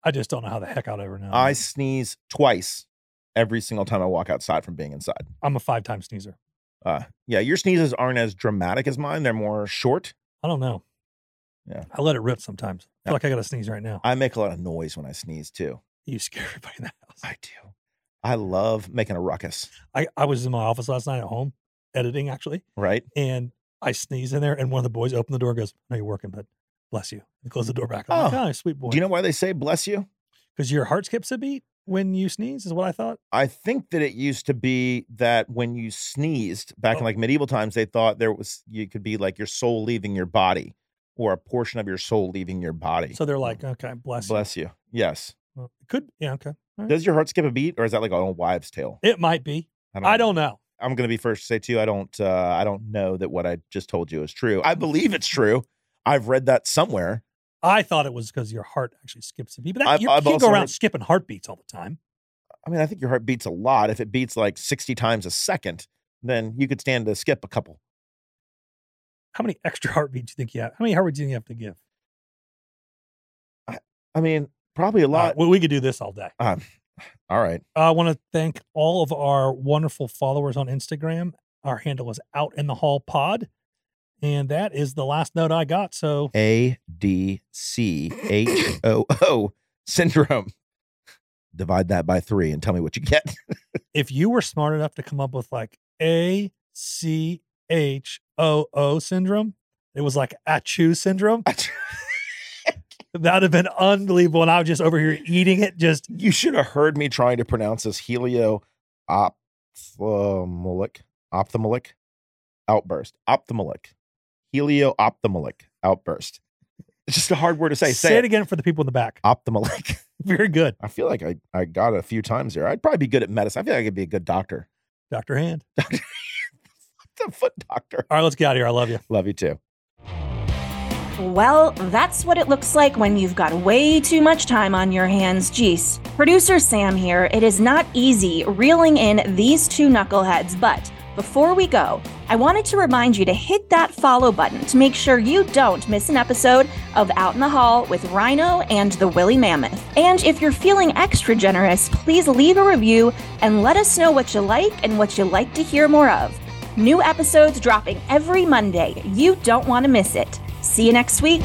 [SPEAKER 3] I just don't know how the heck I'd ever know.
[SPEAKER 7] I sneeze twice every single time I walk outside from being inside.
[SPEAKER 3] I'm a five time sneezer.
[SPEAKER 7] Uh, yeah, your sneezes aren't as dramatic as mine. They're more short.
[SPEAKER 3] I don't know.
[SPEAKER 7] Yeah.
[SPEAKER 3] I let it rip sometimes. I
[SPEAKER 7] Yeah.
[SPEAKER 3] feel like I got to sneeze right now.
[SPEAKER 7] I make a lot of noise when I sneeze too.
[SPEAKER 3] You scare everybody in the house.
[SPEAKER 7] I do. I love making a ruckus,
[SPEAKER 3] I, I was in my office last night at home editing actually,
[SPEAKER 7] right?
[SPEAKER 3] and I sneezed in there, and one of the boys opened the door and goes, "No, you're working, but bless you." And closed the door back. I'm
[SPEAKER 7] Oh.
[SPEAKER 3] like, oh, sweet boy.
[SPEAKER 7] Do you know why they say bless you?
[SPEAKER 3] because your heart skips a beat when you sneeze is what I thought.
[SPEAKER 7] I think that it used to be that when you sneezed back in
[SPEAKER 3] Oh.
[SPEAKER 7] like medieval times, they thought there was you could be like your soul leaving your body or a portion of your soul leaving your body.
[SPEAKER 3] So they're like, okay, bless, you. Hmm?
[SPEAKER 7] bless you. Yes.
[SPEAKER 3] Well, it could yeah, okay. All right.
[SPEAKER 7] Does your heart skip a beat or is that like an old wives' tale?
[SPEAKER 3] It might be. I don't know.
[SPEAKER 7] I'm gonna be first to say too, I don't uh I don't know that what I just told you is true. I believe it's true. I've read that somewhere.
[SPEAKER 3] I thought it was because your heart actually skips a beat, but
[SPEAKER 7] I've-
[SPEAKER 3] that, you
[SPEAKER 7] I've
[SPEAKER 3] can't
[SPEAKER 7] also
[SPEAKER 3] go around
[SPEAKER 7] heard-
[SPEAKER 3] skipping heartbeats all the time.
[SPEAKER 7] I mean, I think your heart beats a lot. If it beats like 60 times a second, then you could stand to skip a couple.
[SPEAKER 3] How many extra heartbeats do you think you have? How many heartbeats do you think you have to give?
[SPEAKER 7] I mean, probably a
[SPEAKER 3] All right,
[SPEAKER 7] lot.
[SPEAKER 3] well, Uh, we could do this all day.
[SPEAKER 7] Um, all right.
[SPEAKER 3] I want to thank all of our wonderful followers on Instagram. Our handle is out in the hall pod. And that is the last note I got. So
[SPEAKER 7] A D C H O O syndrome. Divide that by three and tell me what you get.
[SPEAKER 3] if you were smart enough to come up with like A C H O O syndrome, it was like Achu syndrome. That would have been unbelievable. And I was just over here eating it. Just
[SPEAKER 7] you should have heard me trying to pronounce this helio ophthalmic ophthalmic outburst. Ophthalmic. Helio ophthalmic outburst. It's just a hard word to say.
[SPEAKER 3] say,
[SPEAKER 7] Say,
[SPEAKER 3] it again for the people in the back.
[SPEAKER 7] Ophthalmic.
[SPEAKER 3] Very good,
[SPEAKER 7] I feel like I, I got it a few times there. I'd probably be good at medicine. I feel like I could be a good doctor.
[SPEAKER 3] Dr. Hand.
[SPEAKER 7] The foot doctor.
[SPEAKER 3] All right, let's get out of here. I love you.
[SPEAKER 7] Love you too.
[SPEAKER 6] Well, that's what it looks like when you've got way too much time on your hands. Geez. Producer Sam here. It is not easy reeling in these two knuckleheads, but before we go, I wanted to remind you to hit that follow button to make sure you don't miss an episode of Out in the Hall with Rhino and the Willy Mammoth. And if you're feeling extra generous, please leave a review and let us know what you like and what you like to hear more of. New episodes dropping every Monday. You don't want to miss it. See you next week.